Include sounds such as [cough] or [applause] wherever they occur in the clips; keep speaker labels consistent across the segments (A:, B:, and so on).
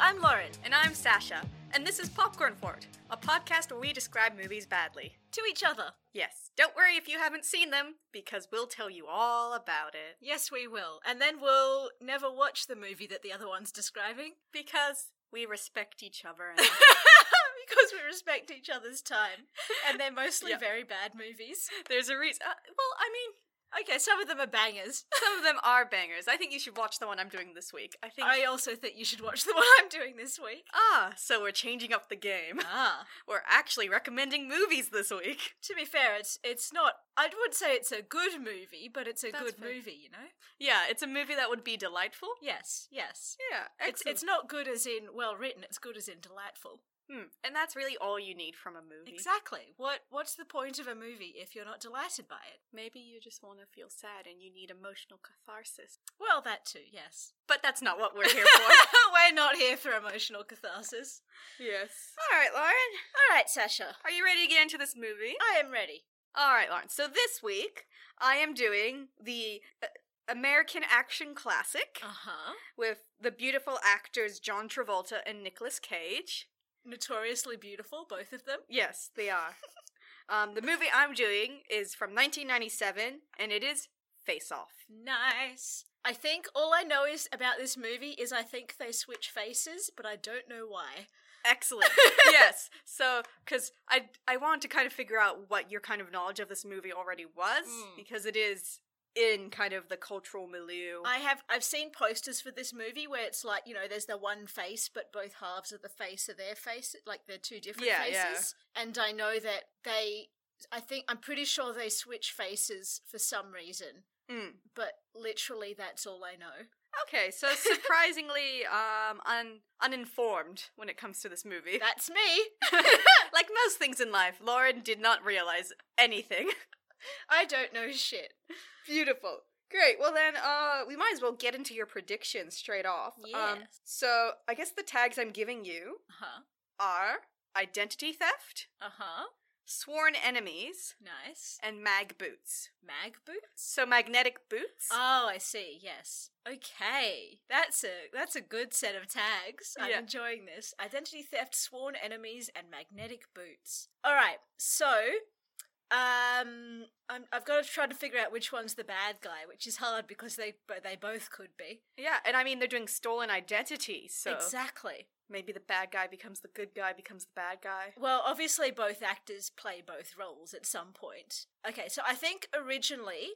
A: I'm Lauren. And I'm Sasha. And this is Popcorn Fort, a podcast where we describe movies badly.
B: To each other.
A: Yes, don't worry if you haven't seen them, because we'll tell you all about it.
B: Yes, we will. And then we'll never watch the movie that the other one's describing [laughs]
A: Because we respect each other. And
B: because we respect each other's time. And they're mostly
A: Yeah.
B: very bad movies.
A: there's a reason. Uh, well, I mean,
B: Okay, some of them are bangers.
A: some of them are bangers. I think you should watch the one I'm doing this week. I think.
B: I also think you should watch the [laughs] one I'm doing this week.
A: Ah, so we're changing up the game.
B: Ah.
A: [laughs] We're actually recommending movies this week. [laughs]
B: To be fair, it's it's not I would say it's a good movie, but it's a
A: That's
B: good
A: fair.
B: movie, you know?
A: Yeah, it's a movie that would be delightful.
B: Yes, yes.
A: Yeah,
B: It's it's not good as in well written, it's good as in delightful.
A: Hmm, And that's really all you need from a movie.
B: Exactly. What what's the point of a movie if you're not delighted by it?
A: Maybe you just want to feel sad and you need emotional catharsis.
B: Well, that too, yes.
A: But that's not what we're here for.
B: [laughs] We're not here for emotional catharsis.
A: yes. All right, Lauren.
B: All right, Sasha.
A: Are you ready to get into this movie?
B: I am ready.
A: All right, Lauren. So this week, I am doing the uh, American action classic
B: Uh-huh.
A: with the beautiful actors John Travolta and Nicolas Cage.
B: Notoriously beautiful, both of them.
A: Yes, they are. um, the movie I'm doing is from 1997, and it is Face Off.
B: Nice. I think all I know is about this movie is I think they switch faces, but I don't know why.
A: Excellent. [laughs] yes. So, because I I wanted to kind of figure out what your kind of knowledge of this movie already was,
B: Mm.
A: because it is in kind of the cultural milieu.
B: I have I've seen posters for this movie where it's like, you know, there's the one face but both halves of the face are their face, like they're two different
A: Yeah, yeah.
B: faces. And I know that they I think I'm pretty sure they switch faces for some reason,
A: Mm.
B: but literally that's all I know.
A: Okay, [laughs] so surprisingly um un- uninformed when it comes to this movie.
B: That's me.
A: [laughs]
B: [laughs]
A: like most things in life, Lauren did not realize anything. [laughs]
B: I don't know shit.
A: Beautiful. Great. Well then, uh we might as well get into your predictions straight off. Um
B: Yes.
A: so I guess the tags I'm giving you
B: Uh-huh.
A: are identity theft,
B: Uh-huh.
A: sworn enemies,
B: Nice.
A: and mag boots.
B: Mag boots?
A: So magnetic boots.
B: Oh, I see. Yes. Okay. That's a that's a good set of tags. I'm
A: Yeah.
B: enjoying this. Identity theft, sworn enemies, and magnetic boots. All right. So, um, I'm, I've got to try to figure out which one's the bad guy, which is hard because they but they both could be.
A: yeah, and I mean they're doing stolen identity, so
B: Exactly.
A: maybe the bad guy becomes the good guy becomes the bad guy.
B: Well, obviously, both actors play both roles at some point. Okay, so I think originally,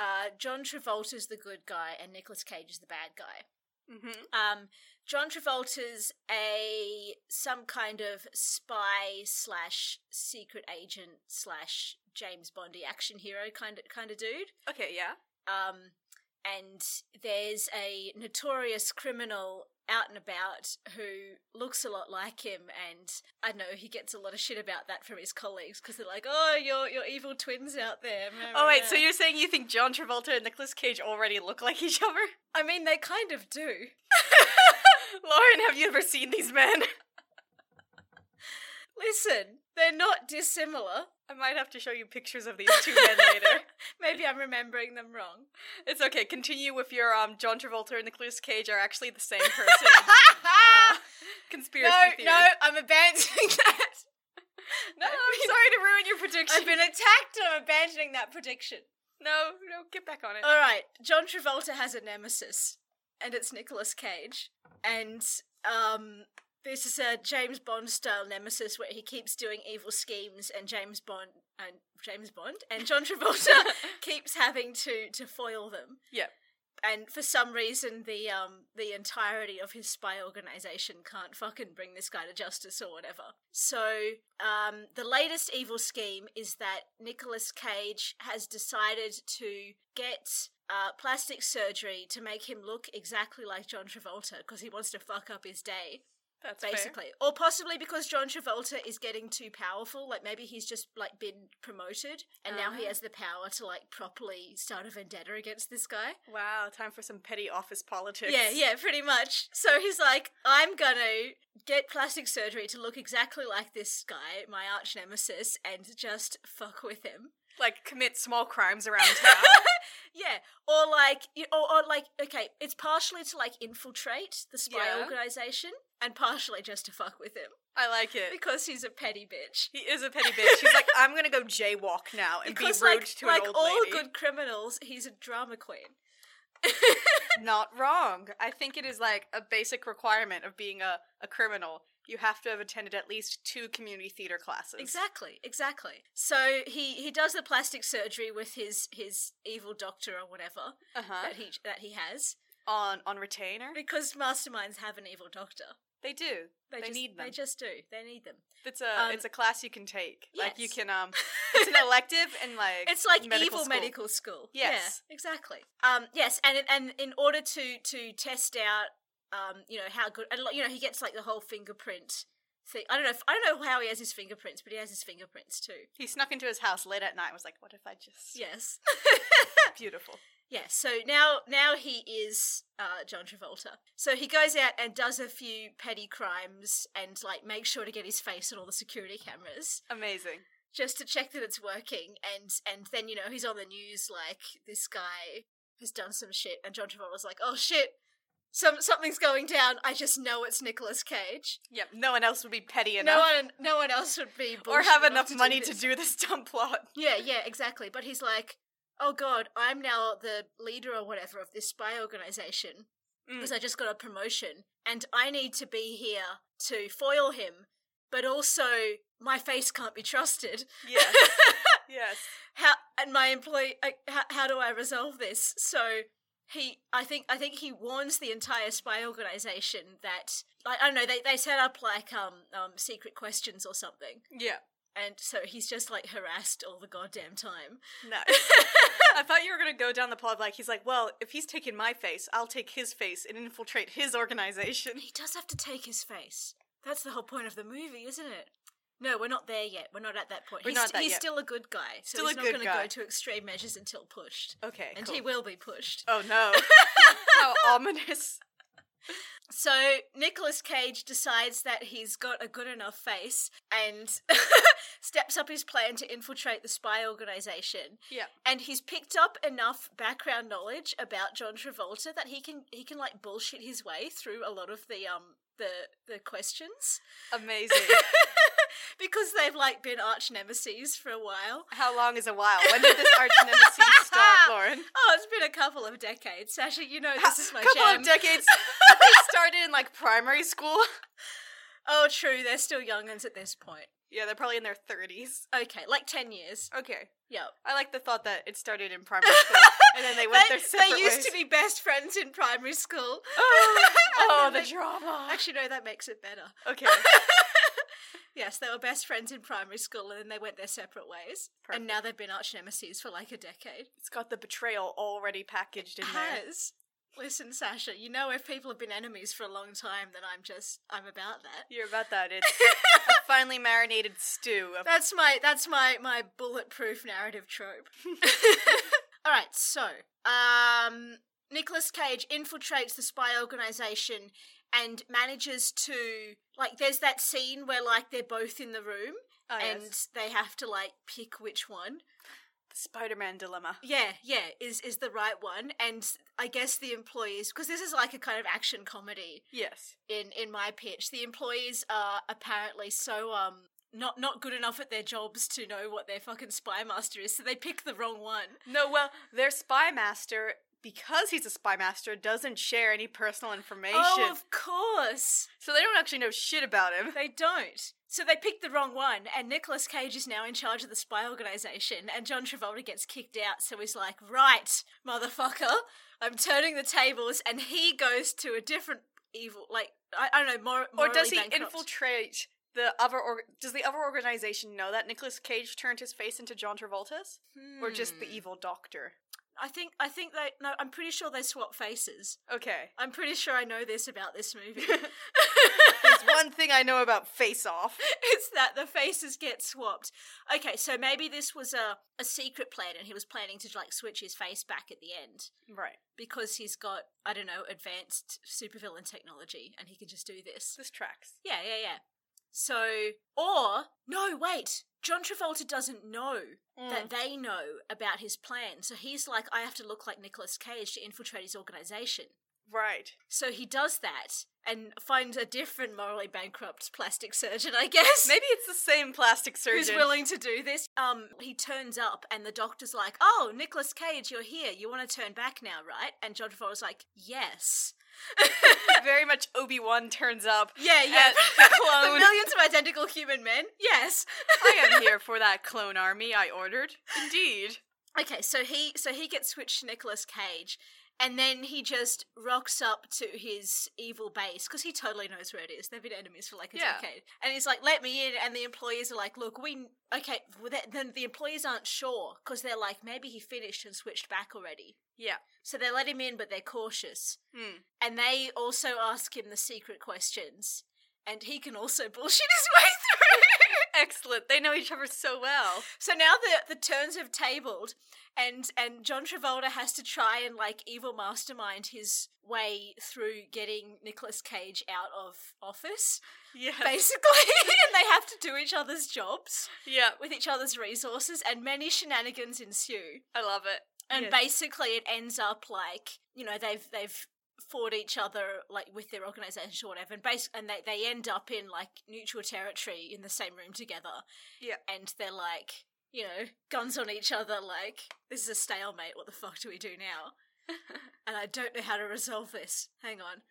B: uh, John Travolta's the good guy and Nicolas Cage is the bad guy.
A: Mhm.
B: Um, John Travolta's a some kind of spy slash secret agent slash James Bondy action hero kind of kind of dude.
A: Okay, yeah.
B: Um, and there's a notorious criminal out and about who looks a lot like him, and I know he gets a lot of shit about that from his colleagues because they're like, "Oh, your your evil twins out there."
A: Oh wait, so you're saying you think John Travolta and Nicolas Cage already look like each other? [laughs]
B: I mean, they kind of do.
A: Lauren, have you ever seen these men?
B: Listen, they're not dissimilar.
A: I might have to show you pictures of these two men later.
B: Maybe I'm remembering them wrong.
A: [laughs] It's okay. Continue with your um John Travolta and Nicolas Cage are actually the [laughs] same person. Uh,
B: [laughs]
A: conspiracy theory.
B: I'm abandoning [laughs] that.
A: no, [laughs] I'm sorry to ruin your
B: [laughs]
A: prediction.
B: I've been attacked and I'm abandoning that prediction.
A: [laughs] no, no, get back on it.
B: All right, John Travolta has a nemesis, and it's Nicolas Cage. And um, this is a James Bond style nemesis where he keeps doing evil schemes, and James Bond and James Bond and John
A: [laughs]
B: Travolta keeps having to to foil them.
A: Yeah.
B: And for some reason, the um the entirety of his spy organization can't fucking bring this guy to justice or whatever. So um, the latest evil scheme is that Nicolas Cage has decided to get uh, plastic surgery to make him look exactly like John Travolta because he wants to fuck up his day
A: That's
B: basically or possibly because john travolta is getting too powerful like maybe he's just like been promoted and now he
A: Ah.
B: has the power to like properly start a vendetta against this guy
A: Fair. Wow, time for some petty office politics.
B: yeah yeah pretty much so he's like i'm gonna get plastic surgery to look exactly like this guy my arch nemesis and just fuck with him
A: like commit small crimes around
B: [laughs]
A: town.
B: Yeah, or like, you- or, or like, okay, it's partially to like infiltrate the spy
A: Yeah.
B: organization, and partially just to fuck with him [laughs]
A: I like it.
B: because he's a petty bitch.
A: He is a petty bitch. He's like, I'm gonna go jaywalk now and
B: Because
A: be rude
B: like,
A: to
B: like
A: an old
B: all
A: lady.
B: good criminals, he's a drama queen.
A: Not wrong. I think it is like a basic requirement of being a, a criminal. You have to have attended at least two community theater classes.
B: Exactly, exactly. So he he does the plastic surgery with his his evil doctor or whatever
A: Uh-huh.
B: that he that he has
A: On on retainer,
B: because masterminds have an evil doctor.
A: they do.
B: They,
A: They
B: just,
A: need
B: They
A: them.
B: just do. They need them.
A: It's a
B: Um,
A: it's a class you can take. Like you
B: yes.
A: can
B: [laughs]
A: um, it's an elective and like
B: It's like
A: medical
B: evil
A: school.
B: medical school.
A: Yes.
B: yeah, exactly. Um, yes, and it- and in order to to test out, um, you know how good, and like, you know he gets like the whole fingerprint thing. I don't know. If, I don't know how he has his fingerprints, but he has his fingerprints too.
A: He snuck into his house late at night. and Was like, what if I just
B: Yes,
A: [laughs]
B: [laughs]
A: beautiful.
B: yeah. So now now he is uh, John Travolta. So he goes out and does a few petty crimes and like makes sure to get his face on all the security cameras.
A: Amazing.
B: just to check that it's working and and then you know he's on the news like this guy has done some shit and John Travolta's like oh shit some something's going down I just know it's Nicolas Cage
A: Yep. No one else would be petty enough
B: no one no one else would be
A: or
B: bullshit
A: have enough money
B: do
A: to
B: this.
A: do this dumb plot.
B: yeah yeah exactly but he's like oh god I'm now the leader or whatever of this spy organization
A: Mm.
B: because I just got a promotion and I need to be here to foil him but also my face can't be trusted
A: [laughs] Yes. yes.
B: how and my employee I, how, how do i resolve this so he i think i think he warns the entire spy organization that like, i don't know they, they set up like um, um secret questions or something
A: Yeah.
B: and so he's just like harassed all the goddamn time
A: No. [laughs] I thought you were gonna go down the plot of, like he's like, well, if he's taking my face, I'll take his face and infiltrate his organization. [laughs]
B: he does have to take his face that's the whole point of the movie isn't it no, we're not there yet. We're not at that point.
A: We're
B: he's
A: not at that
B: he's
A: yet.
B: still a good guy, so
A: Still a
B: he's not
A: good
B: going to
A: guy.
B: go to extreme measures until pushed,
A: Okay.
B: and
A: cool.
B: he will be pushed.
A: Oh [laughs] no. How ominous.
B: So Nicolas Cage decides that he's got a good enough face and [laughs] steps up his plan to infiltrate the spy organization.
A: Yeah.
B: And he's picked up enough background knowledge about John Travolta that he can he can like bullshit his way through a lot of the um the the questions
A: Amazing. [laughs]
B: because they've like been arch nemesis for a while.
A: How long is a while? When did this arch nemesis start, [laughs] Lauren?
B: Oh, it's been a couple of decades. Sasha, you know this is my
A: couple
B: jam.
A: of decades. [laughs] they started in like primary school.
B: oh, true. They're still youngins at this point.
A: [laughs] Yeah, they're probably in their thirties.
B: Okay, like 10 years.
A: Okay.
B: Yep.
A: I like the thought that it started in [laughs] primary school and then they went
B: they,
A: their separate
B: they used
A: ways.
B: to be best friends in primary
A: [sighs]
B: school.
A: [laughs] Oh, oh,
B: And
A: the
B: then they-
A: [laughs] drama.
B: Actually, no, that makes it better.
A: Okay.
B: Yes, they were best friends in primary school, and then they went their separate ways. And now they've been arch nemesis for like a decade.
A: It's got the betrayal already packaged in there.
B: Has listen, Sasha, you know if people have been enemies for a long time, then I'm just I'm about that.
A: You're about that. It's [laughs] a finely marinated stew. Of-
B: That's my that's my my bulletproof narrative trope. [laughs] All right, so um, Nicolas Cage infiltrates the spy organization and manages to like. There's that scene where like they're both in the room
A: oh,
B: and
A: yes.
B: they have to like pick which one.
A: the Spider-Man dilemma.
B: Yeah, yeah, is is the right one. And I guess the employees because this is like a kind of action comedy
A: Yes.
B: in in my pitch. The employees are apparently so um not not good enough at their jobs to know what their fucking spy master is, so they pick the wrong one.
A: No, well, their spy master, because he's a spy master, doesn't share any personal information,
B: Oh, of course
A: so they don't actually know shit about him.
B: they don't. So they picked the wrong one, and Nicolas Cage is now in charge of the spy organization, and John Travolta gets kicked out. So he's like, "Right, motherfucker, I'm turning the tables," and he goes to a different evil, like I, I don't know, more
A: Or does he
B: bankrupt.
A: infiltrate the other? Or- does the other organization know that Nicolas Cage turned his face into John Travolta's, or just the
B: Hmm.
A: evil doctor?
B: I think I think they no. I'm pretty sure they swap faces.
A: Okay.
B: I'm pretty sure I know this about this movie. [laughs]
A: [laughs] There's one thing I know about Face Off.
B: it's that the faces get swapped. Okay, so maybe this was a, a secret plan and he was planning to like switch his face back at the end
A: Right.
B: because he's got, I don't know, advanced supervillain technology and he can just do this.
A: This tracks.
B: Yeah, yeah, yeah. So, or no, wait, John Travolta doesn't know
A: Mm.
B: that they know about his plan. So he's like, I have to look like Nicolas Cage to infiltrate his organization.
A: [laughs] Right.
B: So he does that and finds a different morally bankrupt plastic surgeon, I guess.
A: Maybe it's the same plastic surgeon.
B: Who's
A: [laughs]
B: willing to do this? Um, he turns up, and the doctor's like, "Oh, Nicolas Cage, you're here. You want to turn back now, right?" And John Travolta's like, "Yes."
A: Very much Obi Wan turns up.
B: Yeah, yeah.
A: [laughs] at the
B: The
A: clone.
B: millions of identical human men. Yes.
A: I am [laughs] here for that clone army I ordered. Indeed.
B: Okay, so he so he gets switched to Nicolas Cage, and then he just rocks up to his evil base because he totally knows where it is. They've been enemies for like a
A: Yeah.
B: decade, and he's like, "Let me in." And the employees are like, "Look, we okay." well, th- Then the employees aren't sure because they're like, "Maybe he finished and switched back already."
A: Yeah.
B: So they let him in, but they're cautious,
A: [laughs] Hmm.
B: and they also ask him the secret questions, and he can also [laughs] bullshit his way through.
A: Excellent. They know each other so well.
B: So now the the turns have tabled, and and John Travolta has to try and like evil mastermind his way through getting Nicolas Cage out of office,
A: Yes.
B: basically, [laughs] and they have to do each other's jobs
A: Yeah.
B: with each other's resources, and many shenanigans ensue.
A: I love it.
B: And
A: Yes.
B: basically, it ends up like you know they've they've fought each other like with their organization or whatever, and bas- and they they end up in like neutral territory in the same room together.
A: Yeah.
B: and they're like you know guns on each other, like this is a stalemate. What the fuck do we do now? and I don't know how to resolve this. Hang on.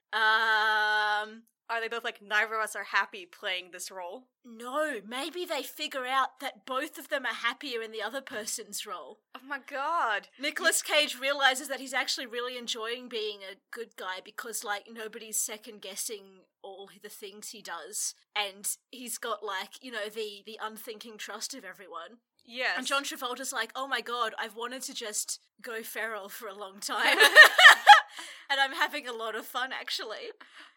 B: Um.
A: Are they both like neither of us are happy playing this role?
B: No, maybe they figure out that both of them are happier in the other person's role.
A: Oh my god.
B: Nicolas Cage realizes that he's actually really enjoying being a good guy because, like, nobody's second guessing all the things he does, and he's got like you know the the unthinking trust of everyone.
A: Yes.
B: And John Travolta's like, "Oh my god, I've wanted to just go feral for a long time, [laughs] and I'm having a lot of fun actually."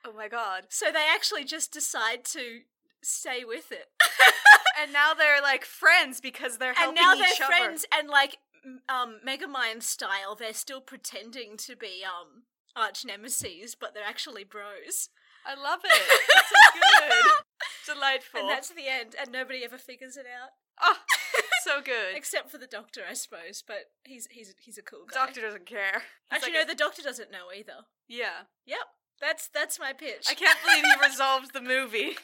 A: oh my god.
B: So they actually just decide to stay with it.
A: And now they're like friends because they're
B: and
A: helping
B: now they're
A: each other.
B: friends and like m- um megamind style they're still pretending to be um arch nemesis but they're actually bros
A: I love it. [laughs] It's so good. [laughs] Delightful.
B: and that's the end and nobody ever figures it out
A: oh, so good.
B: except for the doctor i suppose but he's he's he's a cool guy
A: Doctor doesn't care. He's
B: actually
A: like,
B: no the doctor doesn't know either
A: yeah.
B: yep that's that's my pitch
A: I can't believe you resolved the movie.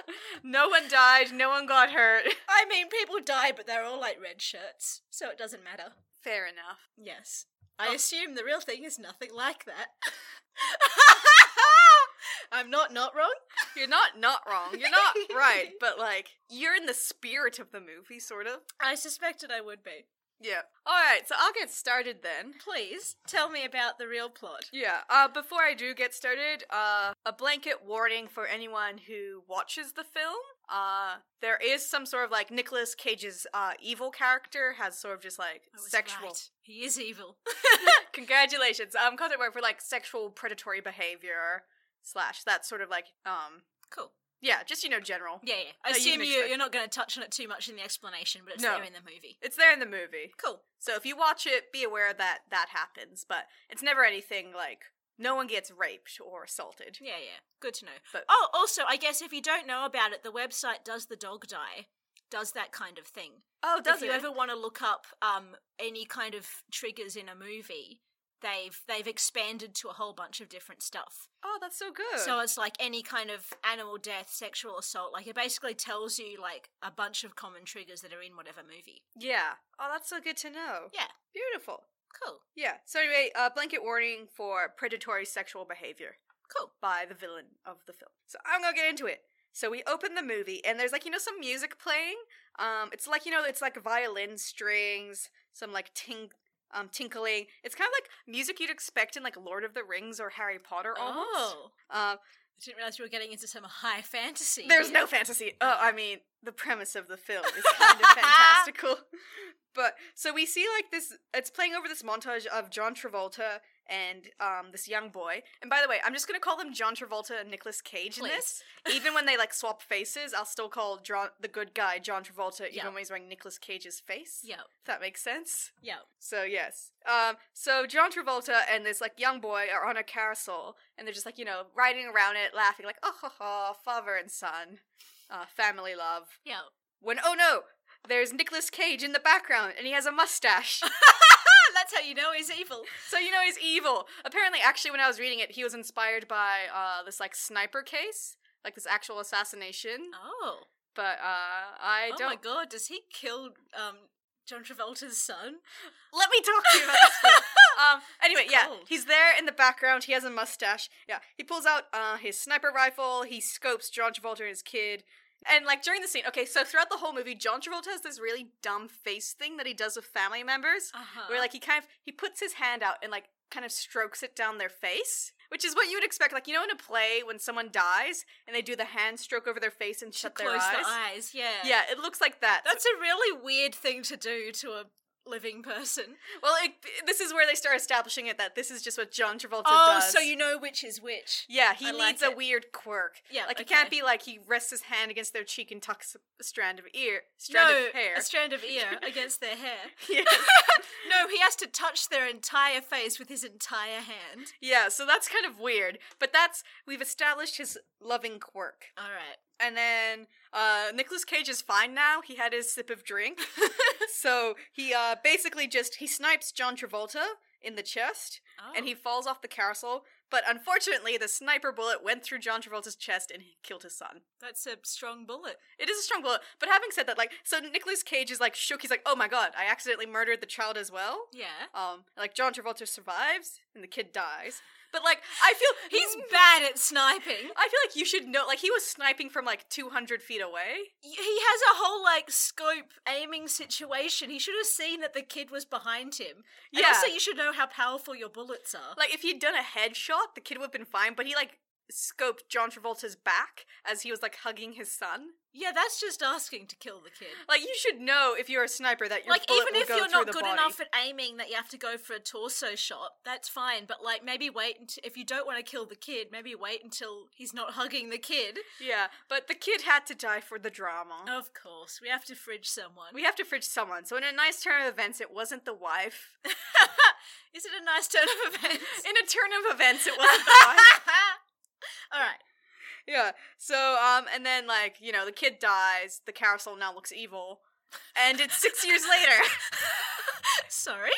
A: [laughs] No one died, no one got hurt.
B: I mean people die but they're all like red shirts so it doesn't matter
A: Fair enough.
B: Yes. I
A: Oh.
B: assume the real thing is nothing like
A: [laughs]
B: that. [laughs] I'm not not wrong.
A: You're not not wrong. You're not right, but like you're in the spirit of the movie sort of.
B: I suspected I would be.
A: Yeah. All right, so I'll get started then.
B: Please tell me about the real plot.
A: Yeah. Uh, before I do get started, uh, a blanket warning for anyone who watches the film. Uh, there is some sort of like Nicolas Cage's uh, evil character has sort of just like sexual.
B: He is evil.
A: [laughs]
B: [laughs]
A: Congratulations. Um, content word for like sexual predatory behavior slash that sort of like um
B: Cool.
A: yeah just you know general.
B: Yeah, yeah. I
A: No, Oh, you
B: assume
A: can
B: you,
A: expect-
B: you're not going to touch on it too much in the explanation, but it's
A: No.
B: there in the movie.
A: It's there in the movie.
B: Cool.
A: So if you watch it, be aware that that happens, but it's never anything like no one gets raped or assaulted.
B: Yeah, yeah. Good to know.
A: But-
B: oh, also, I guess if you don't know about it, the website Does the Dog Die does that kind of thing.
A: Oh, does
B: if you
A: it?
B: ever want to look up um, any kind of triggers in a movie, they've they've expanded to a whole bunch of different stuff.
A: oh, that's so good.
B: So it's like any kind of animal death, sexual assault. Like it basically tells you like a bunch of common triggers that are in whatever movie.
A: Yeah. Oh, that's so good to know.
B: Yeah.
A: Beautiful.
B: Cool,
A: Yeah. So anyway, uh, blanket warning for predatory sexual behavior
B: cool.
A: by the villain of the film. So I'm gonna get into it. So we open the movie, and there's like you know some music playing. Um, it's like you know it's like violin strings, some like ting, um, tinkling. It's kind of like music you'd expect in like Lord of the Rings or Harry Potter almost.
B: Oh,
A: Um,
B: I didn't realize we were getting into some high [laughs] fantasy.
A: There's no fantasy. Oh, I mean, the premise of the film is kind of fantastical. But so we see like this. It's playing over this montage of John Travolta and um, this young boy. And by the way, I'm just gonna call them John Travolta and Nicolas Cage in this. Even when they like swap faces, I'll still call John, the good guy John Travolta, even
B: Yeah.
A: when he's wearing Nicolas Cage's face.
B: Yep,
A: If that makes sense.
B: yep.
A: So yes. Um so John Travolta and this like young boy are on a carousel and they're just like, you know, riding around it, laughing like, oh ha ha, father and son. uh, family love. [laughs]
B: Yeah.
A: When oh no, there's Nicolas Cage in the background and he has a [laughs] mustache.
B: That's how you know he's evil.
A: so you know he's evil. Apparently, actually, when I was reading it, he was inspired by uh, this like sniper case, like this actual assassination.
B: Oh.
A: But uh, I
B: oh
A: don't.
B: my god, does he kill um, John Travolta's son?
A: [laughs] Let me talk to you about [laughs] this. film. um. Anyway,
B: It's
A: yeah,
B: cold.
A: he's there in the background. He has a mustache. Yeah, he pulls out uh, his sniper rifle. He scopes John Travolta and his kid. And like during the scene, okay, so throughout the whole movie, John Travolta has this really dumb face thing that he does with family members,
B: [laughs] Uh-huh.
A: where like he kind of he puts his hand out and like kind of strokes it down their face, which is what you would expect. Like you know in a play when someone dies and they do the hand stroke over their face and shut their
B: close
A: eyes.
B: the eyes. Yeah.
A: Yeah, it looks like that.
B: That's a really weird thing to do to a living person.
A: Well, it, this is where they start establishing it that this is just what John Travolta
B: oh,
A: does.
B: so you know which is which.
A: Yeah, he
B: I like
A: needs a
B: it.
A: weird quirk.
B: Yeah,
A: like it
B: okay.
A: can't be like he rests his hand against their cheek and tucks a strand of ear, strand
B: No,
A: of hair.
B: a strand of ear against their hair.
A: [laughs] yeah.
B: [laughs] No, he has to touch their entire face with his entire hand.
A: [laughs] yeah, so that's kind of weird, but that's we've established his loving quirk.
B: All right.
A: And then uh Nicolas Cage is fine now. He had his sip of [laughs] drink. so he uh basically just he snipes John Travolta in the chest and he falls off the carousel, but unfortunately the sniper bullet went through John Travolta's chest and he killed his son.
B: Oh, that's a strong bullet.
A: It is a strong bullet. But having said that, like, so Nicolas Cage is like shook. He's like, oh my god, I accidentally murdered the child as well.
B: Yeah.
A: Um, like John Travolta survives and the kid dies. But like, I
B: [laughs]
A: feel
B: He's bad at sniping.
A: I feel like you should know. Like, he was sniping from like 200 feet away.
B: He has a whole like scope aiming situation. He should have seen that the kid was behind him. And
A: Yeah.
B: also, you should know how powerful your bullets are.
A: Like, if he'd done a headshot, the kid would have been fine. But he like scoped John Travolta's back as he was like hugging his son.
B: yeah, that's just asking to kill the kid.
A: Like, you should know if you're a sniper that your
B: like
A: bullet
B: even
A: will
B: if
A: go
B: you're
A: through
B: not
A: the
B: good
A: body.
B: enough at aiming that you have to go for a torso shot that's fine but like maybe wait until if you don't want to kill the kid maybe wait until he's not hugging the kid
A: Yeah, but the kid had to die for the drama.
B: of course we have to fridge someone
A: We have to fridge someone. So in a nice turn of events, it wasn't the wife. [laughs]
B: is it a nice turn of events [laughs]
A: In a turn of events, it wasn't the wife.
B: all right
A: yeah. So um, and then like you know, the kid dies. The carousel now looks evil, and it's six years later. [laughs]
B: sorry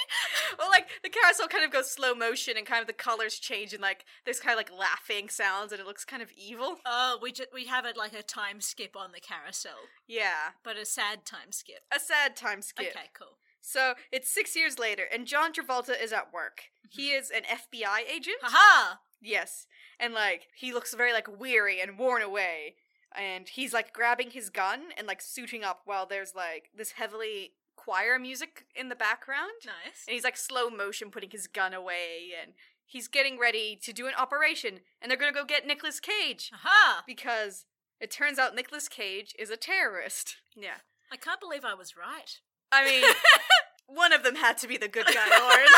A: Well, like the carousel kind of goes slow motion, and kind of the colors change, and like there's kind of like laughing sounds, and it looks kind of evil.
B: oh we ju- we have a, like a time skip on the carousel
A: Yeah,
B: but a sad time skip
A: a sad time skip.
B: okay cool
A: So it's six years later, and John Travolta is at work. He is an FBI agent.
B: haha
A: Yes. And like he looks very like weary and worn away. And he's like grabbing his gun and like suiting up while there's like this heavily choir music in the background.
B: nice
A: And he's like slow motion putting his gun away and he's getting ready to do an operation and they're going to go get Nicolas Cage
B: haha
A: because it turns out Nicolas Cage is a terrorist. Yeah.
B: i can't believe i was right
A: I [laughs] mean, one of them had to be the good guy, Lauren.
B: [laughs]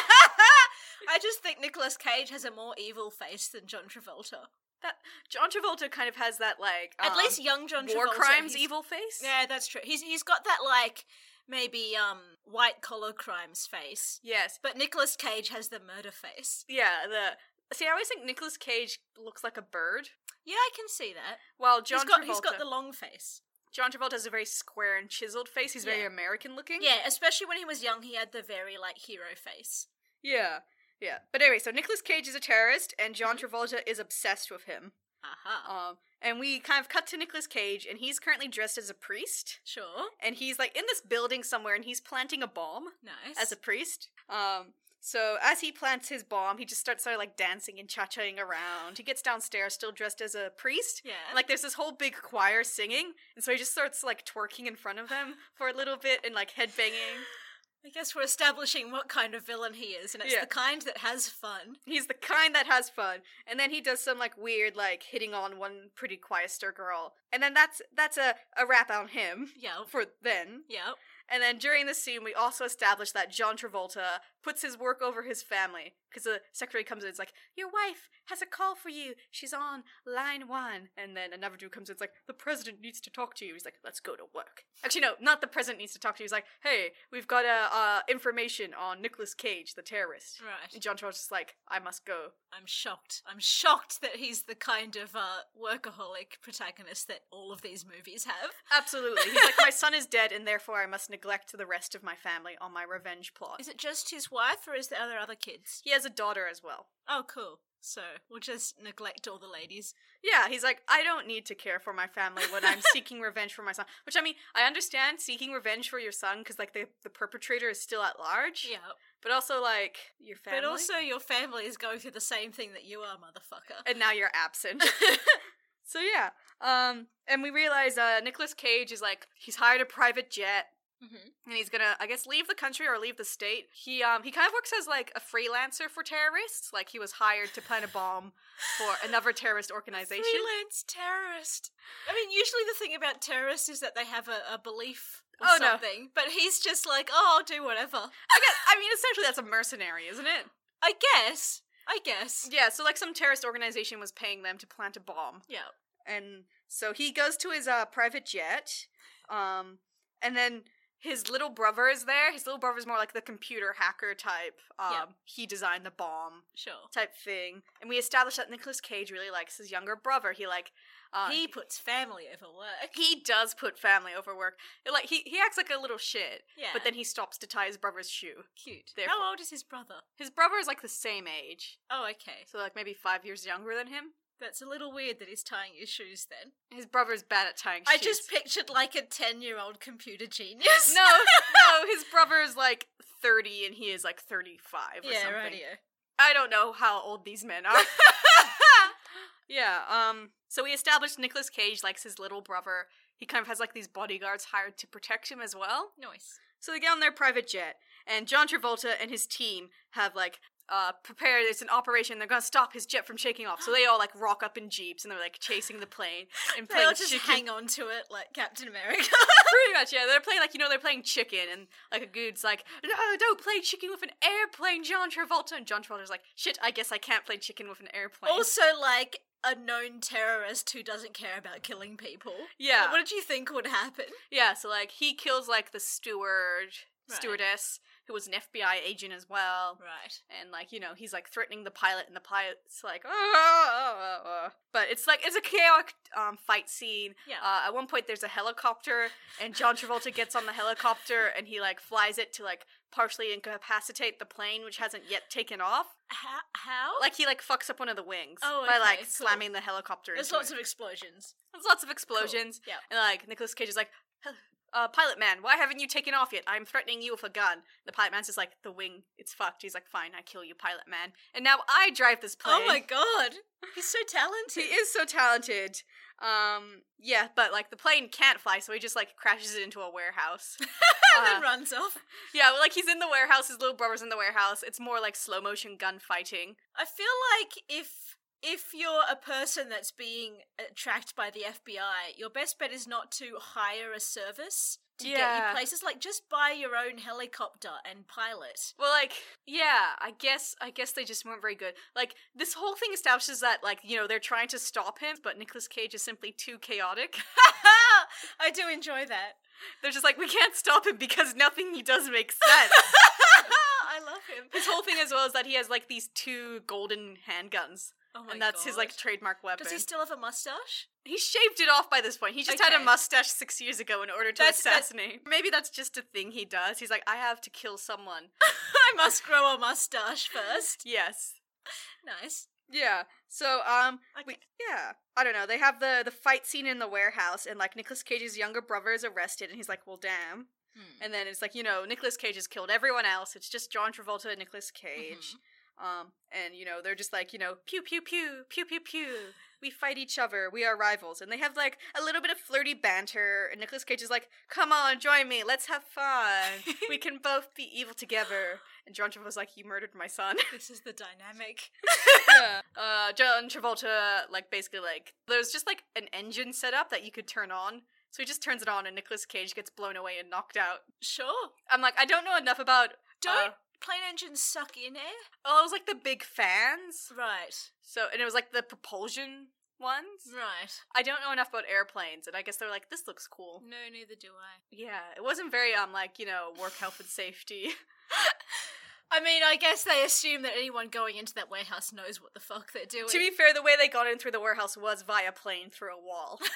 B: I just think Nicolas Cage has a more evil face than John Travolta.
A: [laughs] John Travolta kind of has that like
B: At
A: um,
B: least young John
A: war
B: Travolta.
A: crimes
B: he's-
A: evil face.
B: Yeah, that's true. He's he's got that like maybe um white collar crimes face.
A: Yes.
B: But Nicolas Cage has the murder face.
A: Yeah, the see, I always think Nicolas Cage looks like a bird,
B: Yeah, I can see that.
A: while John
B: he's got
A: Travolta
B: he's got the long face.
A: John Travolta has a very square and chiseled face. He's very
B: Yeah.
A: American looking.
B: Yeah, especially when he was young, he had the very like hero face.
A: yeah, yeah. But anyway, so Nicolas Cage is a terrorist, and John
B: Mm-hmm.
A: Travolta is obsessed with him.
B: Aha.
A: Um, and we kind of cut to Nicolas Cage, and he's currently dressed as a priest,
B: Sure.
A: and he's like in this building somewhere, and he's planting a bomb
B: Nice.
A: as a priest. Um. So as he plants his bomb, he just starts sort of like dancing and cha-chaing around. He gets downstairs still dressed as a priest,
B: yeah.
A: And, like there's this whole big choir singing, and so he just starts like twerking in front of them for a little bit and like headbanging.
B: I guess we're establishing what kind of villain he is, and it's
A: Yeah.
B: the kind that has fun.
A: He's the kind that has fun. And then he does some like weird like hitting on one pretty choirster girl. And then that's that's a, a wrap on him
B: Yeah.
A: for then.
B: Yeah.
A: And then during the scene, we also establish that John Travolta puts his work over his family because the secretary comes in. It's like your wife has a call for you. She's on line one. And then another dude comes in. It's like the president needs to talk to you. He's like, let's go to work. Actually, no, not the president needs to talk to you. He's like, hey, we've got uh, uh, information on Nicolas Cage, the terrorist. And
B: Right.
A: John Travolta's just like, I must go.
B: I'm shocked. I'm shocked that he's the kind of uh, workaholic protagonist that all of these movies have.
A: Absolutely. He's like, my son is dead, and therefore I must neglect the rest of my family on my revenge plot.
B: Is it just his wife, or is there other other kids?
A: He has a daughter as well.
B: Oh, cool. So we'll just neglect all the ladies.
A: Yeah, he's like, I don't need to care for my family
B: [laughs]
A: when I'm seeking revenge for my son. Which, I mean, I understand seeking revenge for your son because, like, the, the perpetrator is still at large.
B: Yeah,
A: But also, like, your family.
B: but also your family is going through the same thing that you are, motherfucker.
A: And now you're
B: [laughs]
A: absent. so, yeah. Um, and we realize uh, Nicolas Cage is like, he's hired a private jet.
B: Mhm.
A: And he's gonna, I guess, leave the country or leave the state. He um he kind of works as like a freelancer for terrorists. Like he was hired to plant a bomb for another terrorist organization.
B: Freelance terrorist. I mean, usually the thing about terrorists is that they have a, a belief or
A: Oh, no.
B: something, but he's just like, oh, I'll do whatever.
A: I guess, I mean, essentially that's a mercenary, isn't it?
B: I guess. I guess.
A: Yeah, so like some terrorist organization was paying them to plant a bomb.
B: Yeah.
A: And so he goes to his uh, private jet. Um and then his little brother is there. His little brother's more like the computer hacker type. Um
B: Yeah.
A: he designed the bomb
B: Sure.
A: type thing. And we established that Nicolas Cage really likes his younger brother. He like uh,
B: he puts family over work.
A: he does put family over work. Like he he acts like a little shit,
B: Yeah.
A: but then he stops to tie his brother's shoe.
B: cute.
A: therefore-
B: How old is his brother?
A: His brother is like the same age.
B: Oh, okay.
A: So like maybe 5 years younger than him.
B: That's a little weird that he's tying his shoes then.
A: His brother's bad at tying
B: I
A: shoes.
B: just pictured like a 10 year old computer genius.
A: [laughs] no, no, his brother is like 30 and he is like 35 or
B: yeah,
A: something.
B: radio.
A: I don't know how old these men are. [laughs] yeah, um so we established Nicolas Cage likes his little brother. He kind of has like these bodyguards hired to protect him as well.
B: Nice.
A: So they get on their private jet, and John Travolta and his team have like uh, prepared. It's an operation. They're gonna stop his jet from shaking off. So they all like rock up in jeeps, and they're like chasing the plane and
B: They'll
A: playing
B: just
A: chicken.
B: hang on to it like Captain America.
A: [laughs] Pretty much, yeah. They're playing like you know they're playing chicken, and like a dude's like, no, don't play chicken with an airplane, John Travolta. And John Travolta's like, shit, I guess I can't play chicken with an airplane.
B: also, like a known terrorist who doesn't care about killing people.
A: yeah,
B: Like, what did you think would happen?
A: yeah. So like he kills like the steward,
B: Right.
A: stewardess, who was an FBI agent as well.
B: Right.
A: and like you know he's like threatening the pilot and the pilot's like oh, oh, oh, oh." but it's like it's a chaotic um, fight scene
B: Yeah.
A: uh, at one point there's a helicopter and john travolta gets on the helicopter and he like flies it to like partially incapacitate the plane which hasn't yet taken off
B: how? how?
A: like he like fucks up one of the wings
B: Oh,
A: by
B: okay,
A: like
B: cool.
A: slamming the helicopter
B: there's
A: into
B: lots
A: it.
B: of explosions.
A: there's lots of
B: Cool.
A: explosions
B: Yeah.
A: and like Nicolas Cage is like, "Huh, uh, pilot man, why haven't you taken off yet? I'm threatening you with a gun. The pilot man's just like, the wing, it's fucked. He's like, fine, I kill you, pilot man. And now I drive this plane.
B: Oh my god. He's so talented.
A: He is so talented. Um, yeah, but like the plane can't fly, so he just like crashes it into a warehouse. [laughs]
B: and then
A: Uh,
B: runs off.
A: yeah, well, like he's in the warehouse. His little brother's in the warehouse. It's more like slow motion gunfighting.
B: I feel like if if you're a person that's being uh, tracked by the FBI, your best bet is not to hire a service to get
A: Yeah.
B: you places. Like just buy your own helicopter and pilot.
A: Well, like, yeah, I guess I guess they just weren't very good. Like, this whole thing establishes that, like, you know, they're trying to stop him, but Nicolas Cage is simply too chaotic.
B: [laughs]
A: [laughs]
B: I do enjoy that.
A: They're just like, we can't stop him because nothing he does makes
B: [laughs]
A: sense.
B: [laughs] I love him.
A: his whole thing as well is that he has like these two golden handguns,
B: Oh my
A: and that's his like
B: God.
A: trademark weapon.
B: Does he still have a mustache?
A: he shaved it off by this point. He just had
B: Okay.
A: a mustache six years ago in order to
B: That's- that-
A: assassinate. Maybe that's just a thing he does. He's like, I have to kill someone.
B: [laughs] I must grow a [laughs] mustache first.
A: [laughs] Yes.
B: Nice.
A: Yeah. So, um,
B: Okay.
A: We, yeah, I don't know. They have the the fight scene in the warehouse, and like Nicolas Cage's younger brother is arrested, and he's like, "Well, damn."
B: Hmm. [laughs]
A: And then it's like, you know, Nicolas Cage has killed everyone else. It's just John Travolta and Nicolas Cage. Um, and you know, they're just like, you know, pew pew pew, pew pew pew. We fight each other. We are rivals. And they have like a little bit of flirty banter. And Nicolas Cage is like, "Come on, join me. Let's have fun. we can both be evil together." And John Travolta's like, "You murdered my son." [laughs]
B: This is the dynamic.
A: yeah. Uh, John Travolta, like, basically, like, there's just, like, an engine set up that you could turn on. So he just turns it on, and Nicolas Cage gets blown away and knocked out.
B: Sure.
A: I'm like, I don't know enough about.
B: Don't
A: Uh,
B: plane engines suck in air?
A: Oh, it was like the big fans.
B: Right.
A: So, and it was like the propulsion ones.
B: Right.
A: I don't know enough about airplanes, and I guess they're like, this looks cool.
B: No, neither do I.
A: Yeah, it wasn't very um like you know work health and safety.
B: I mean, I guess they assume that anyone going into that warehouse knows what the fuck they're doing. [laughs]
A: to be fair, the way they got in through the warehouse was via plane through a wall. [laughs]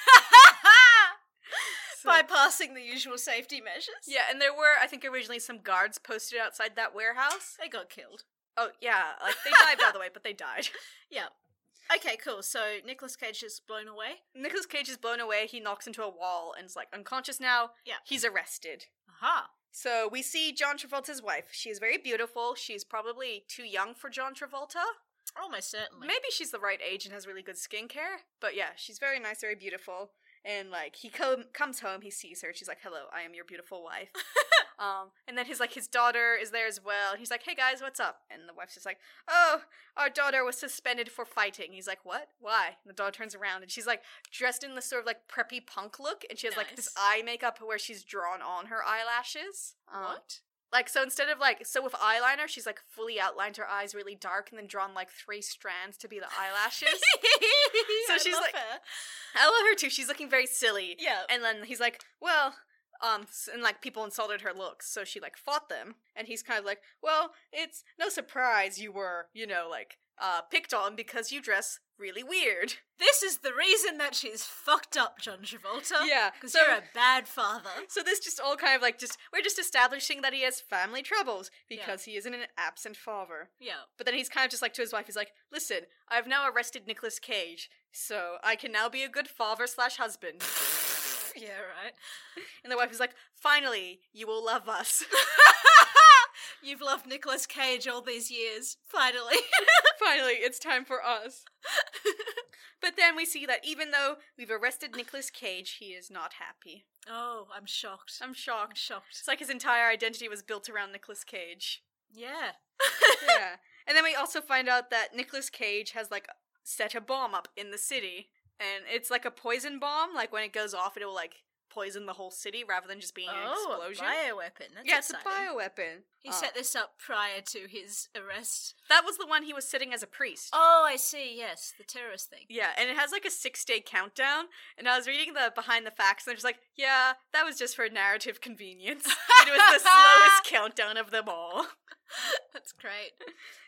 A: So-
B: bypassing the usual safety measures.
A: yeah, and there were I think originally some guards posted outside that warehouse.
B: They got killed.
A: Oh yeah, like they dived out of the way, but they died. [laughs]
B: Okay, cool. So Nicolas Cage is blown away.
A: Nicholas Cage is blown away. He knocks into a wall and is like unconscious now.
B: Yeah.
A: he's arrested.
B: Aha.
A: So we see John Travolta's wife. She is very beautiful. She's probably too young for John Travolta.
B: Almost certainly.
A: Maybe she's the right age and has really good skincare. But yeah, she's very nice, very beautiful. And like he com- comes home, he sees her. She's like, "Hello, I am your beautiful
B: [laughs]
A: wife." um, and then his like his daughter is there as well. And he's like, "Hey guys, what's up?" And the wife's just like, "Oh, our daughter was suspended for fighting." He's like, "What? Why?" And the daughter turns around and she's like dressed in this sort of like preppy punk look, and she has like this
B: Nice.
A: eye makeup where she's drawn on her eyelashes. Um,
B: [laughs] What?
A: like so instead of like so with eyeliner, she's like fully outlined her eyes really dark and then drawn like three strands to be the eyelashes.
B: [laughs] so
A: she's like- [laughs] I love her too. She's looking very silly.
B: yeah.
A: And then he's like, well, um, s- and like people insulted her looks, so she like fought them. And he's kind of like, well, it's no surprise you were, you know, like uh picked on because you dress really weird.
B: This is the reason that she's fucked up, John Travolta.
A: yeah.
B: Because
A: So
B: you're a bad father.
A: so this just all kind of like just we're just establishing that he has family troubles
B: Yeah.
A: because he isn't an absent father.
B: Yeah.
A: But then he's kind of just like to his wife, he's like, "Listen, I've now arrested Nicolas Cage, so I can now be a good father slash husband."
B: [laughs] Yeah, right.
A: and the wife is like, "Finally, you will love us. [laughs]
B: You've loved Nicolas Cage all these years. Finally. [laughs]
A: Finally, it's time for us." [laughs] but then we see that even though we've arrested Nicolas Cage, he is not happy.
B: Oh, I'm shocked.
A: I'm
B: I'm
A: shocked.
B: shocked.
A: It's like his entire identity was built around Nicolas Cage.
B: Yeah.
A: yeah. And then we also find out that Nicolas Cage has like set a bomb up in the city. And it's like a poison bomb, like when it goes off it'll like poison the whole city rather than just being an
B: Oh, a
A: explosion.
B: bioweapon. That's
A: yeah, it's
B: exciting.
A: a bioweapon.
B: He
A: Uh,
B: set this up prior to his arrest.
A: that was the one he was sitting as a priest.
B: Oh, I see. Yes, the terrorist thing.
A: Yeah, and it has like a six day countdown. And I was reading the behind the facts, and they're just like, yeah, that was just for
B: [laughs]
A: narrative convenience. it was the slowest countdown of them all.
B: [laughs] That's great.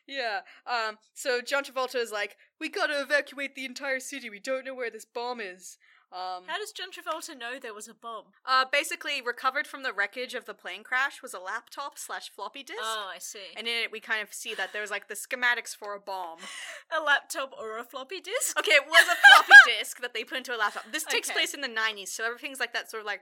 A: Yeah. Um. So John Travolta is like, we gotta evacuate the entire city. We don't know where this bomb is. Um.
B: How does John Travolta know there was a bomb?
A: uh. Basically, recovered from the wreckage of the plane crash was a laptop slash floppy disk.
B: Oh, I see.
A: And in it, we kind of see that there was like the schematics for
B: [laughs]
A: a bomb.
B: a laptop or a floppy disk?
A: Okay, it was a
B: [laughs]
A: floppy disk that they put into a laptop. This takes
B: Okay.
A: place in the 90s, so everything's like that sort of like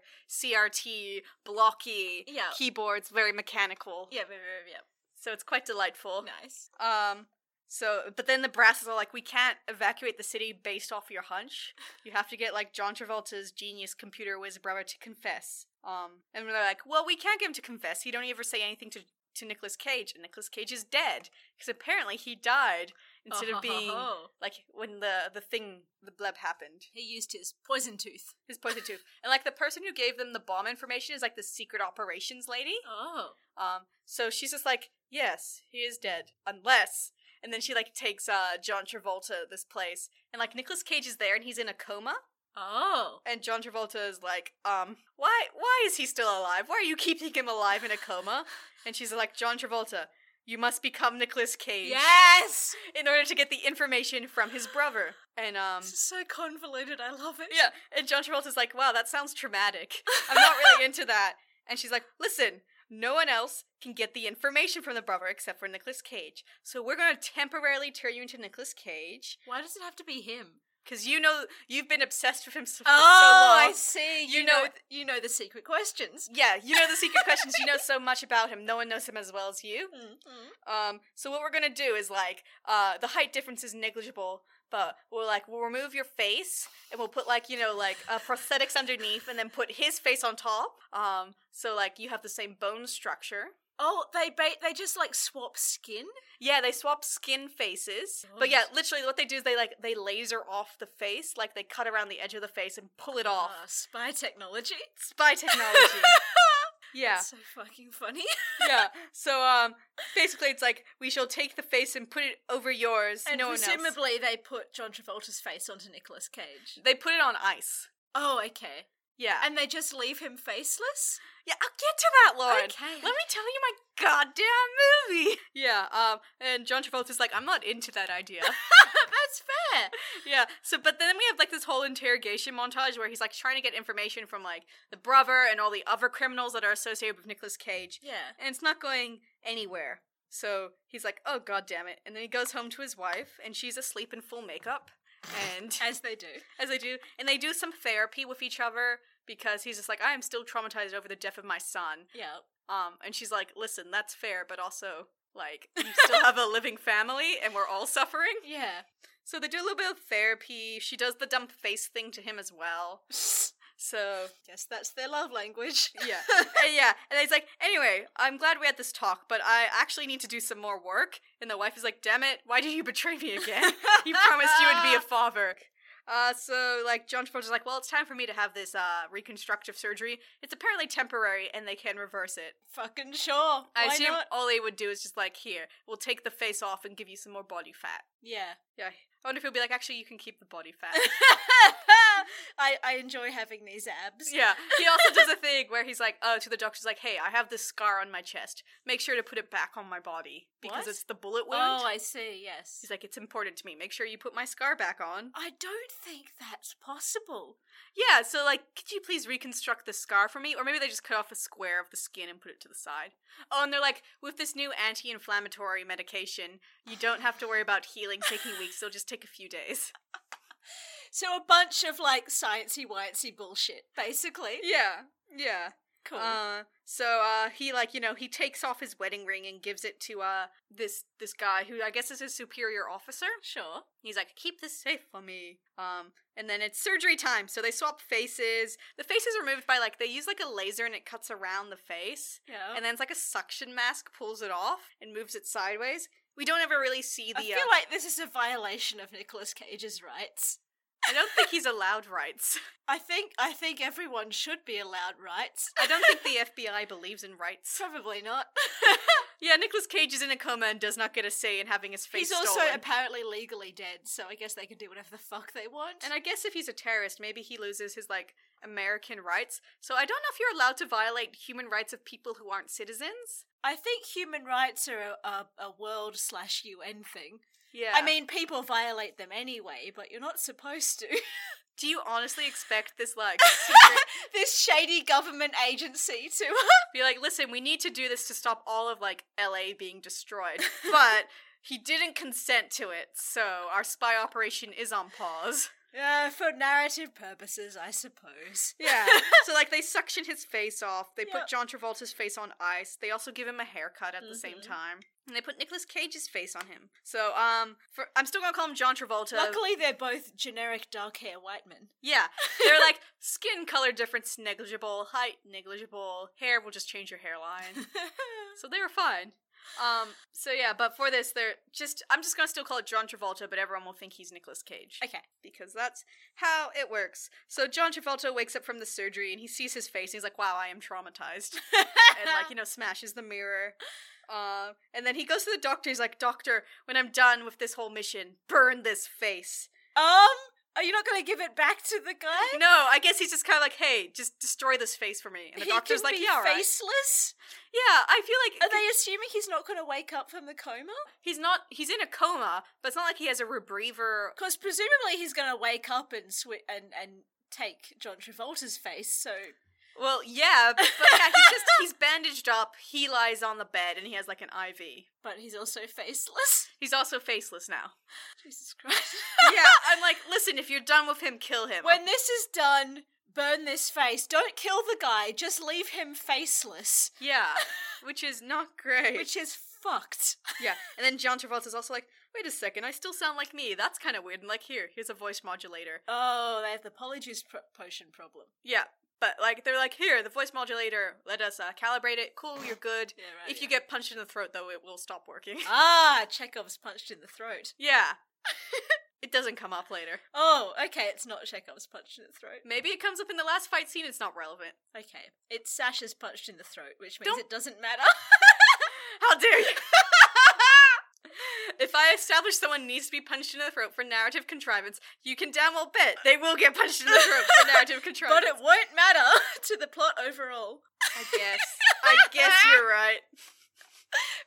A: CRT, blocky,
B: Yeah.
A: keyboards, very mechanical.
B: Yeah, yeah, yeah,
A: So it's quite delightful.
B: yeah. Nice.
A: Um. So, but then the brasses are like, we can't evacuate the city based off your hunch. You have to get like John Travolta's genius computer whiz brother to confess. Um, and they're like, well, we can't get him to confess. He don't ever say anything to to Nicolas Cage, and Nicolas Cage is dead because apparently he died instead
B: [laughs]
A: of being
B: Oh,
A: like when the the thing the bleb happened.
B: He used his poison tooth.
A: His poison tooth, and like the person who gave them the bomb information is like the secret operations lady.
B: Oh.
A: Um, so she's just like, yes, he is dead, unless. And then she like takes uh John Travolta this place, and like Nicolas Cage is there, and he's in a coma,
B: Oh.
A: and John Travolta is like, um, why why is he still alive? Why are you keeping him alive in a coma? And she's like, John Travolta, you must become Nicolas Cage
B: Yes!
A: in order to get the information from his brother. And um,
B: This is so convoluted. I love it.
A: yeah, and John Travolta's like, wow, that sounds traumatic. I'm not really into that. And she's like, listen, no one else can get the information from the brother except for Nicolas Cage. So we're going to temporarily turn you into Nicolas Cage
B: Why does it have to be him?
A: because you know you've been obsessed with him so, for so long.
B: Oh, see. You,
A: You
B: know,
A: know-
B: you know the secret questions.
A: yeah, you know the secret questions. You know so much about him. No one knows him as well as you.
B: Mm.
A: Um, so what we're gonna do is like, uh, the height difference is negligible, but we'll like we'll remove your face and we'll put like you know like uh, prosthetics underneath and then put his face on top. Um, so like you have the same bone structure.
B: Oh, they ba- they just like swap skin.
A: Yeah, they swap skin faces. But yeah, literally what they do is they like they laser off the face, like they cut around the edge of the face and pull it off.
B: Ah, spy technology.
A: Spy [laughs] technology. yeah.
B: That's so fucking funny.
A: Yeah. So um basically it's like we shall take the face and put it over yours.
B: And
A: no one else.
B: presumably they put John Travolta's face onto Nicolas Cage.
A: They put it on ice.
B: Oh, okay.
A: Yeah.
B: And they just leave him faceless?
A: yeah, I'll get to that, Lauren. [laughs]
B: Okay. [laughs]
A: Let me tell you my goddamn movie. [laughs] Yeah, um, and John Travolta's like, I'm not into that [laughs] idea.
B: That's fair.
A: yeah. So, but then we have like this whole interrogation montage where he's like trying to get information from like the brother and all the other criminals that are associated with Nicolas Cage,
B: Yeah.
A: and it's not going anywhere. So he's like, "Oh god damn it!" And then he goes home to his wife, and she's asleep in full makeup, [laughs] and
B: As they do.
A: as they do, and they do some therapy with each other because he's just like, "I am still traumatized over the death of my son."
B: Yeah.
A: Um, and she's like, "Listen, that's fair, but also like you [laughs] still have a living family, and we're all suffering." [laughs]
B: Yeah.
A: So they do a little bit of therapy. She does the dumb face thing to him as well. So
B: Guess that's their love [laughs] language.
A: [laughs] yeah, and yeah. And he's like, "Anyway, I'm glad we had this talk, but I actually need to do some more work." And the wife is like, "Damn it, why did you betray me again? you promised you would [laughs] be a father." Uh, so like John Travolta's like, "Well, it's time for me to have this uh reconstructive surgery. It's apparently temporary, and they can reverse it."
B: Fucking sure.
A: I
B: Why
A: assume
B: not?
A: all they would do is just like, here, we'll take the face off and give you some more body fat. [laughs]
B: Yeah.
A: Yeah. I wonder if he'll be like, actually, you can keep the body fat.
B: [laughs] I, I enjoy having these abs.
A: yeah. He also does a thing where he's like, oh, to the doctor's like, hey, I have this scar on my chest. Make sure to put it back on my body because
B: What?
A: it's the bullet wound.
B: Oh, I see, yes.
A: He's like, it's important to me. Make sure you put my scar back on.
B: I don't think that's possible.
A: Yeah, so like, could you please reconstruct the scar for me? Or maybe they just cut off a square of the skin and put it to the side. Oh, and they're like, with this new anti inflammatory medication, you don't have to worry about healing taking weeks, it'll just take a few days.
B: So a bunch of like sciencey whitesy bullshit, basically.
A: Yeah, yeah.
B: Cool.
A: Uh, so uh, he like you know he takes off his wedding ring and gives it to uh this this guy who I guess is his superior officer.
B: sure.
A: He's like, keep this safe for me. Um, and then it's surgery time. So they swap faces. The face is removed by like they use like a laser and it cuts around the face,
B: Yeah.
A: and then it's like a suction mask pulls it off and moves it sideways. We don't ever really see the.
B: I feel
A: uh,
B: like this is a violation of Nicolas Cage's rights.
A: I don't think he's
B: [laughs]
A: allowed rights.
B: I think I think everyone should be allowed rights.
A: I don't think the FBI believes in rights.
B: Probably
A: [laughs]
B: not.
A: Yeah, Nicolas Cage is in a coma and does not get a say in having his face
B: He's also
A: stolen.
B: apparently legally dead, so I guess they can do whatever the fuck they want.
A: And I guess if he's a terrorist, maybe he loses his like American rights. So I don't know if you're allowed to violate human rights of people who aren't citizens.
B: I think human rights are a, a, a world slash UN thing.
A: Yeah.
B: I mean, people violate them anyway, but you're not supposed to. [laughs]
A: do you honestly expect this like secret
B: this shady government agency to
A: be like, listen, we need to do this to stop all of like LA being
B: [laughs]
A: destroyed. But he didn't consent to it, so our spy operation is on pause.
B: uh, for narrative purposes, I suppose.
A: Yeah. so like they suction his face off. They
B: Yep.
A: put John Travolta's face on ice. They also give him a haircut at the same
B: Mhm.
A: time. And they put Nicolas Cage's face on him. So um for, I'm still going to call him John Travolta.
B: Luckily, they're both generic dark hair white men.
A: [laughs]
B: [laughs]
A: yeah. They're like skin color difference negligible, height negligible, hair will just change your hairline.
B: [laughs]
A: so they were fine. Um so yeah, but for this they're just I'm just going to still call it John Travolta, but everyone will think he's Nicolas Cage.
B: okay.
A: because that's how it works. So John Travolta wakes up from the surgery and he sees his face and he's like, "Wow, I am traumatized," [laughs] and like you know, smashes the mirror. Um, and then he goes to the doctor. He's like, "Doctor, when I'm done with this whole mission, burn this face."
B: Um, are you not going to give it back to the guy?
A: No, I guess he's just kind of like, "Hey, just destroy this face for me." And the
B: he
A: doctor's
B: can
A: like,
B: be
A: "Yeah, all right."
B: faceless.
A: yeah." I feel
B: Are
A: like
B: they assuming he's not going to wake up from the coma?
A: he's not. He's in a coma, but it's not like he has a rebriever.
B: Because presumably he's going to wake up and swi and and take John Travolta's face. So
A: Well, yeah, [laughs] but yeah, he's just he's bandaged up. He lies on the bed and he has like an IV.
B: but he's also faceless. [laughs]
A: He's also faceless now.
B: Jesus Christ. [laughs]
A: yeah, I'm like, listen, if you're done with him, kill him.
B: when this is done, burn this face. Don't kill the guy. Just leave him faceless,
A: yeah, which is not great.
B: which is fucked.
A: yeah, and then John Travolta's also like, wait a second, I still sound like me. That's kind of weird. And like, here, here's a voice modulator.
B: Oh, they have the polyjuice pro- potion problem.
A: Yeah, But like they're like, here, the voice modulator, let us uh, calibrate it. Cool, you're good.
B: Yeah, right.
A: If you get punched in the throat, though, it will stop working. [laughs]
B: ah, Chekhov's punched in the throat.
A: yeah, it doesn't come up later.
B: Oh, okay, it's not Chekhov's punched in the throat.
A: Maybe it comes up in the last fight scene. It's not relevant.
B: Okay, it's Sasha's punched in the throat, which means
A: Don't-
B: it doesn't matter. [laughs]
A: How dare you? if I establish someone needs to be punched in the throat for narrative contrivance, you can damn well bet they will get punched in the throat for [laughs] narrative
B: but
A: contrivance.
B: it won't matter [laughs] to the plot overall.
A: I guess. I guess you're right.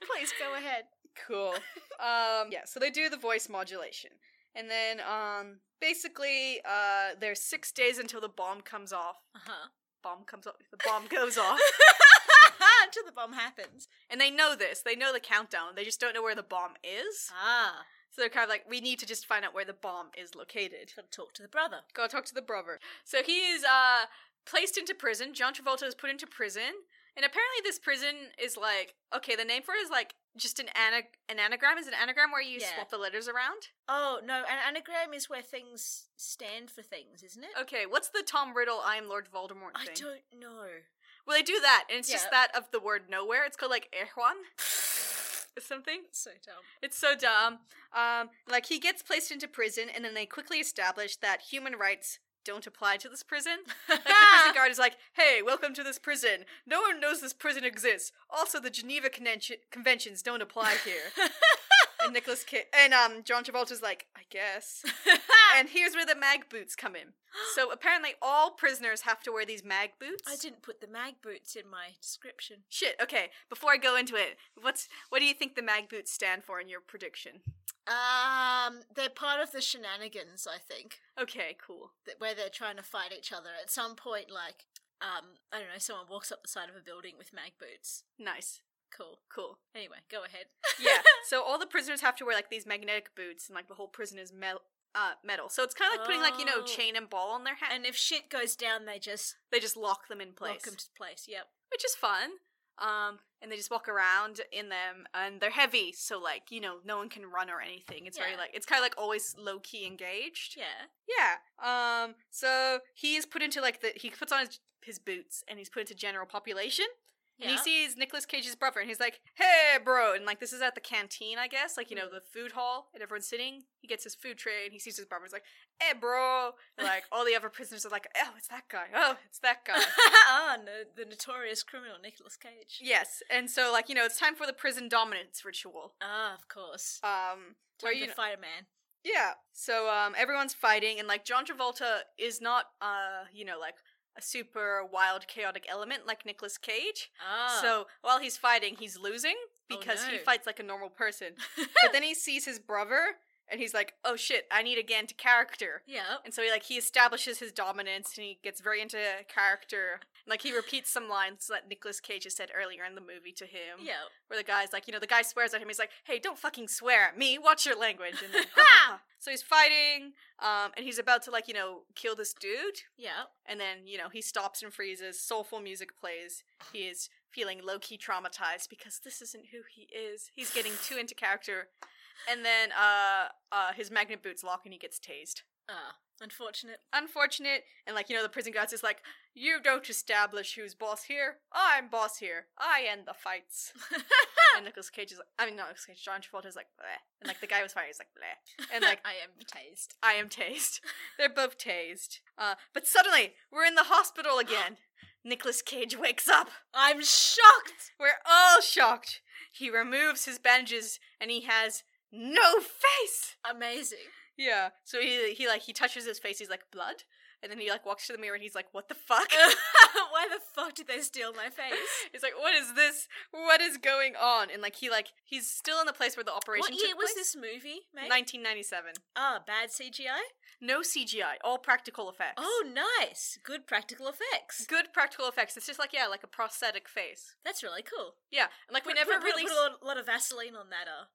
B: Please go ahead.
A: Cool. Um, yeah, so they do the voice modulation. And then um, basically, uh, there's six days until the bomb comes off.
B: [laughs] Uh
A: Bomb comes off. The bomb goes [laughs] off.
B: huh. Until the bomb happens.
A: And they know this. They know the countdown. They just don't know where the bomb is.
B: Ah,
A: So they're kind of like, we need to just find out where the bomb is located.
B: gotta talk to the brother.
A: Go talk to the brother. So he is uh placed into prison. John Travolta is put into prison, and apparently this prison is like okay, the name for it is like just an ana- an anagram. Is an anagram where you
B: Yeah.
A: swap the letters around?
B: Oh no, an anagram is where things stand for things, isn't it?
A: Okay, what's the Tom Riddle I am Lord Voldemort
B: I
A: thing?
B: don't know. [laughs]
A: Well, they do that, and it's just
B: Yeah.
A: that of the word nowhere. It's called like Erwan or something.
B: So [laughs] dumb.
A: It's so dumb. Um, like he gets placed into prison, and then they quickly establish that human rights don't apply to this prison. [laughs] Like the
B: [laughs]
A: prison guard is like, "Hey, welcome to this prison. No one knows this prison exists. Also, the Geneva convention- conventions don't apply here." and Nicholas Ki- and um John Travolta's like, "I guess."
B: [laughs]
A: And here's where the mag boots come in. So apparently, all prisoners have to wear these mag boots.
B: I didn't put the mag boots in my description.
A: Shit. Okay. Before I go into it, what's what do you think the mag boots stand for in your prediction?
B: Um, they're part of the shenanigans, I think,
A: Okay. Cool.
B: that where they're trying to fight each other at some point. Like, um, I don't know, someone walks up the side of a building with mag boots.
A: Nice.
B: Cool.
A: Cool.
B: Anyway, go ahead.
A: yeah. [laughs] So all the prisoners have to wear like these magnetic boots, and like the whole prison is metal. Uh, metal. So it's kind of like putting like you know
B: Oh.
A: chain and ball on their head, and
B: And if shit goes down, they just
A: they just lock them in place,
B: lock 'em to place. Yep.
A: which is fun. Um, and they just walk around in them, and they're heavy, so like you know no one can run or anything. It's very
B: Yeah.
A: like it's kind of like always low key engaged.
B: Yeah.
A: Yeah. Um. So he is put into like the he puts on his, his boots, and he's put into general population. And
B: [laughs]
A: he
B: Yeah.
A: sees Nicolas Cage's brother, and he's like, "Hey, bro!" And like, this is at the canteen, I guess, like you know,
B: Hmm.
A: the food hall, and everyone's sitting. He gets his food tray, and he sees his brother. He's like, "Hey, bro!" And, like all the other prisoners are like, "Oh, it's that guy! Oh, it's that
B: [laughs]
A: guy!"
B: ah, no, the notorious criminal Nicolas Cage.
A: yes, and so like you know, it's time for the prison dominance ritual.
B: Ah, of course.
A: Um,
B: Time
A: where
B: to
A: you know,
B: fight a man.
A: yeah. So um, everyone's fighting, and like John Travolta is not uh, you know, like a super wild, chaotic element like Nicolas Cage.
B: Ah.
A: So while he's fighting, he's losing
B: Oh,
A: because he
B: no.
A: fights like a normal person.
B: [laughs]
A: but then he sees his brother and he's like, "Oh shit, I need again to character."
B: yeah.
A: And so he like he establishes his dominance and he gets very into character. Like he repeats some lines that Nicolas Cage has said earlier in the movie to him.
B: Yeah.
A: Where the guy's like, you know, the guy swears at him. He's like, "Hey, don't fucking swear at me. Watch your language." And then, [laughs] so he's fighting um and he's about to like, you know, kill this dude.
B: Yeah.
A: And then, you know, he stops and freezes, soulful music plays. He is feeling low key traumatized because this isn't who he is. He's getting too into character. And then uh, uh, his magnet boots lock and he gets tased.
B: Ah. Unfortunate.
A: Unfortunate. And, like, you know, the prison guards is like, You don't establish who's boss here. I'm boss here. I end the fights. and Nicholas Cage is like, I mean, not Nicolas Cage, John Travolta is like, Bleh. And, like, the guy was fighting is like, Bleh. And, like,
B: [laughs] I am tased.
A: I am tased. [laughs] They're both tased. Uh, but suddenly, we're in
B: [gasps]
A: the hospital again. Nicolas Cage wakes up.
B: I'm shocked.
A: We're all shocked. He removes his bandages and he has no face.
B: Amazing. [laughs]
A: Yeah. So he he like he touches his face. He's like blood, and then he like walks to the mirror and he's like, "What
B: [laughs]
A: the fuck?" [laughs]
B: Why the fuck did they steal my face?
A: he's like, "What is this? What is going on?" And like he like he's still in the place where the
B: What
A: operation
B: year
A: took
B: was
A: place.
B: this movie, mate?
A: 1997.
B: Ah, bad CGI.
A: No CGI. All practical effects.
B: Oh, nice. Good practical effects.
A: Good practical effects. It's just like yeah, like a prosthetic face.
B: That's really cool.
A: Yeah, and like we
B: Put-
A: never
B: put- put-
A: really,
B: put a lot, lot of Vaseline on that uh,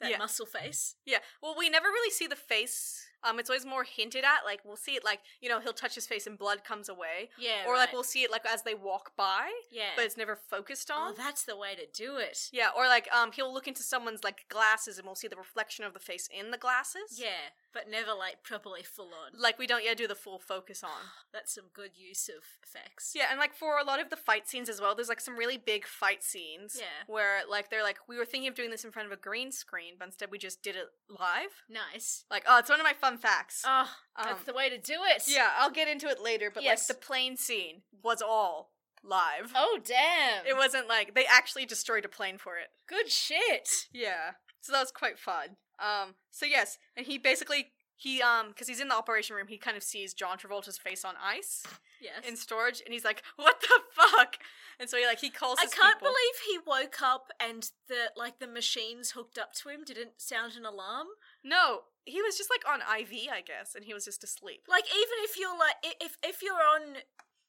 B: that
A: Yeah.
B: muscle face.
A: yeah. Well, we never really see the face Um, it's always more hinted at. Like we'll see it, like you know, he'll touch his face and blood comes away,
B: Yeah.
A: or like
B: right.
A: we'll see it like as they walk by,
B: yeah.
A: but it's never focused on.
B: oh, that's the way to do it.
A: yeah, or like um, he'll look into someone's like glasses and we'll see the reflection of the face in the glasses.
B: Yeah, but never like properly full on.
A: like we don't yet do the full focus on.
B: That's some good use of effects.
A: Yeah, and like for a lot of the fight scenes as well, there's like some really big fight scenes.
B: Yeah.
A: Where like they're like, we were thinking of doing this in front of a green screen, but instead we just did it live.
B: Nice.
A: Like, oh, it's one of my fun facts.
B: Oh,
A: Um,
B: that's the way to do it.
A: yeah, I'll get into it later, but
B: Yes.
A: like the plane scene was all live.
B: Oh damn.
A: It wasn't like they actually destroyed a plane for it.
B: good
A: [laughs]
B: shit.
A: Yeah. So that was quite fun. Um so yes, and he basically he um cuz he's in the operation room, he kind of sees John Travolta's face on ice
B: Yes.
A: in storage and he's like, "What the fuck?" And so he like he calls
B: I
A: his
B: can't
A: people.
B: believe he woke up and the like the machines hooked up to him didn't sound an alarm.
A: No, he was just like on IV, I guess, and he was just asleep.
B: Like even if you're like i- if if you're on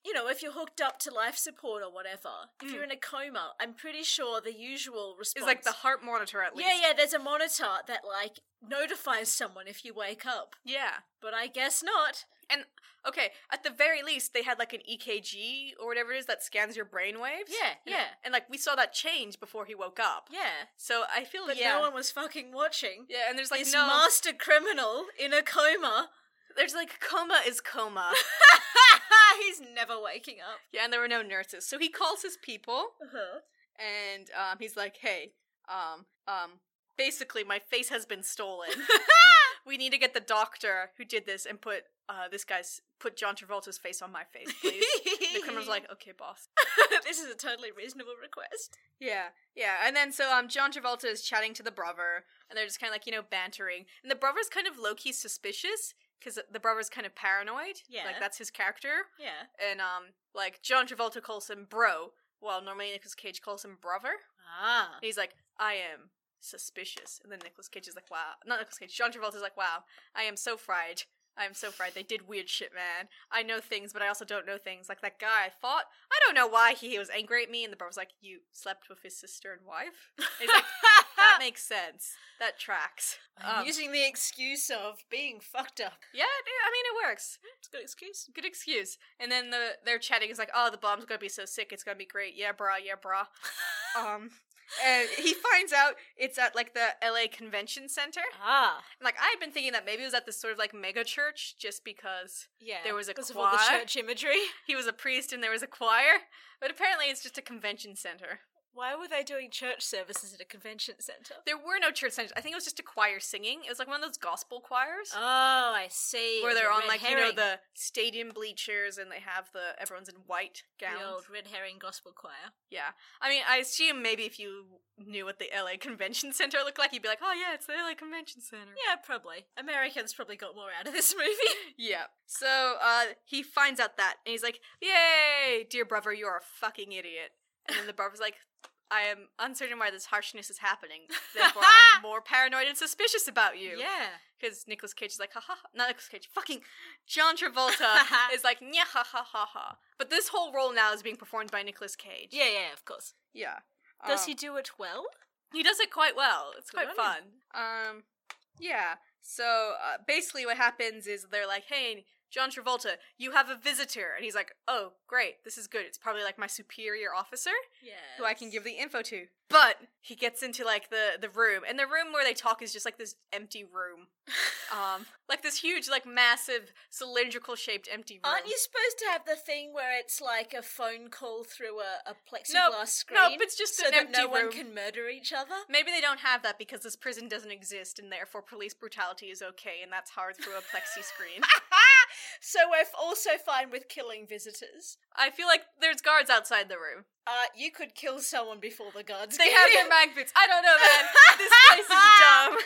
B: you know, if you're hooked up to life support or whatever, if
A: Mm.
B: you're in a coma, I'm pretty sure the usual response
A: It's like the heart monitor at least.
B: Yeah, yeah, there's a monitor that like notifies someone if you wake up.
A: Yeah.
B: But I guess not.
A: Okay, at the very least they had like an EKG or whatever it is that scans your brain waves.
B: Yeah,
A: And-
B: yeah.
A: And like we saw that change before he woke up.
B: Yeah.
A: So I feel
B: But
A: yeah.
B: no one was fucking watching.
A: yeah, and there's like
B: this
A: no
B: master criminal in a coma.
A: [laughs] There's like coma is coma. [laughs]
B: He's never waking up.
A: yeah, and there were no nurses. So he calls his people
B: Uh-huh.
A: and um, he's like, "Hey, um, um, basically my face has been stolen. [laughs] we need to get the doctor who did this and put uh, this guy's put John Travolta's face on my face, please." the criminal's like, "Okay, boss."
B: [laughs] this is a totally reasonable request.
A: Yeah, yeah. And then so um, John Travolta is chatting to the brother, and they're just kind of like you know bantering, and the brother's kind of low key suspicious. Because the brother's kind of paranoid,
B: Yeah.
A: like that's his character,
B: Yeah.
A: and um, like John Travolta calls him bro, while normally Nicolas Cage calls him brother.
B: Ah.
A: And he's like, I am suspicious. And then Nicolas Cage is like, wow. Not Nicolas Cage, John Travolta's like, wow, I am so fried. I am so fried. They did weird shit, man. I know things, but I also don't know things. Like that guy I fought, I don't know why he was angry at me. And the bro was like, you slept with his sister and wife? he's
B: [laughs]
A: like, That makes sense. That tracks. Um,
B: using the excuse of being fucked up.
A: yeah, dude, I mean, it works.
B: It's a good excuse.
A: Good excuse. And then the they're chatting. He's like, oh, the bomb's gonna be so sick. It's gonna be great. Yeah, brah. Yeah,
B: [laughs]
A: brah. um, and he finds out it's at like the LA Convention Center.
B: Ah.
A: And, Like I had been thinking that maybe it was at this sort of like mega church, just because
B: Yeah.
A: There was a
B: because of all the
A: choir.
B: church imagery.
A: he was a priest and there was a choir. But apparently, it's just a convention center.
B: [laughs] Why were they doing church services at a convention center?
A: There were no church centers. I think it was just a choir singing. It was like one of those gospel choirs
B: Oh, I see.
A: where they're
B: The
A: on
B: red
A: like you know
B: herring.
A: the stadium bleachers and they have the everyone's in white gowns.
B: The old red herring gospel choir.
A: Yeah, I mean, I assume maybe if you knew what the LA [laughs] Convention Center looked like, you'd be like, oh yeah, it's the LA Convention Center.
B: Yeah, probably. Americans probably got more out of this [laughs] movie.
A: Yeah. So uh, he finds out that, and he's like, "Yay, dear brother, you are a fucking idiot." And then the brother's like, "I am uncertain why this harshness is happening. Therefore, I'm [laughs] more paranoid and suspicious about you."
B: Yeah.
A: Because Nicolas Cage is like, "Ha ha," ha." not Nicolas Cage, fucking John [laughs] Travolta is like, "Yeah, ha ha ha ha." But this whole role now is being performed by Nicolas Cage.
B: Yeah, yeah, of course.
A: Yeah.
B: Does
A: Um,
B: he do it well?
A: he does it quite well. It's
B: Good
A: quite
B: on
A: fun. Um, yeah. So uh, basically, what happens is they're like, "Hey, John Travolta, you have a visitor," and he's like, "Oh, great, this is good. It's probably like my superior officer
B: Yeah.
A: who I can give the info to." But he gets into like the the room, and the room where they talk is just like this empty [laughs] room, um, like this huge, like massive, cylindrical shaped empty room.
B: Aren't you supposed to have the thing where it's like a phone call through a, a plexiglass screen?
A: no, but it's just
B: so
A: an
B: that
A: empty
B: no one
A: room.
B: can murder each other.
A: Maybe they don't have that because this prison doesn't exist, and therefore police brutality is okay, and that's hard through a plexi screen. [laughs]
B: so we're f- also fine with killing visitors.
A: I feel like there's guards outside the room.
B: Uh, you could kill someone before the guards.
A: They
B: get
A: have
B: here.
A: their mag boots. I don't know, man. [laughs] This place is dumb.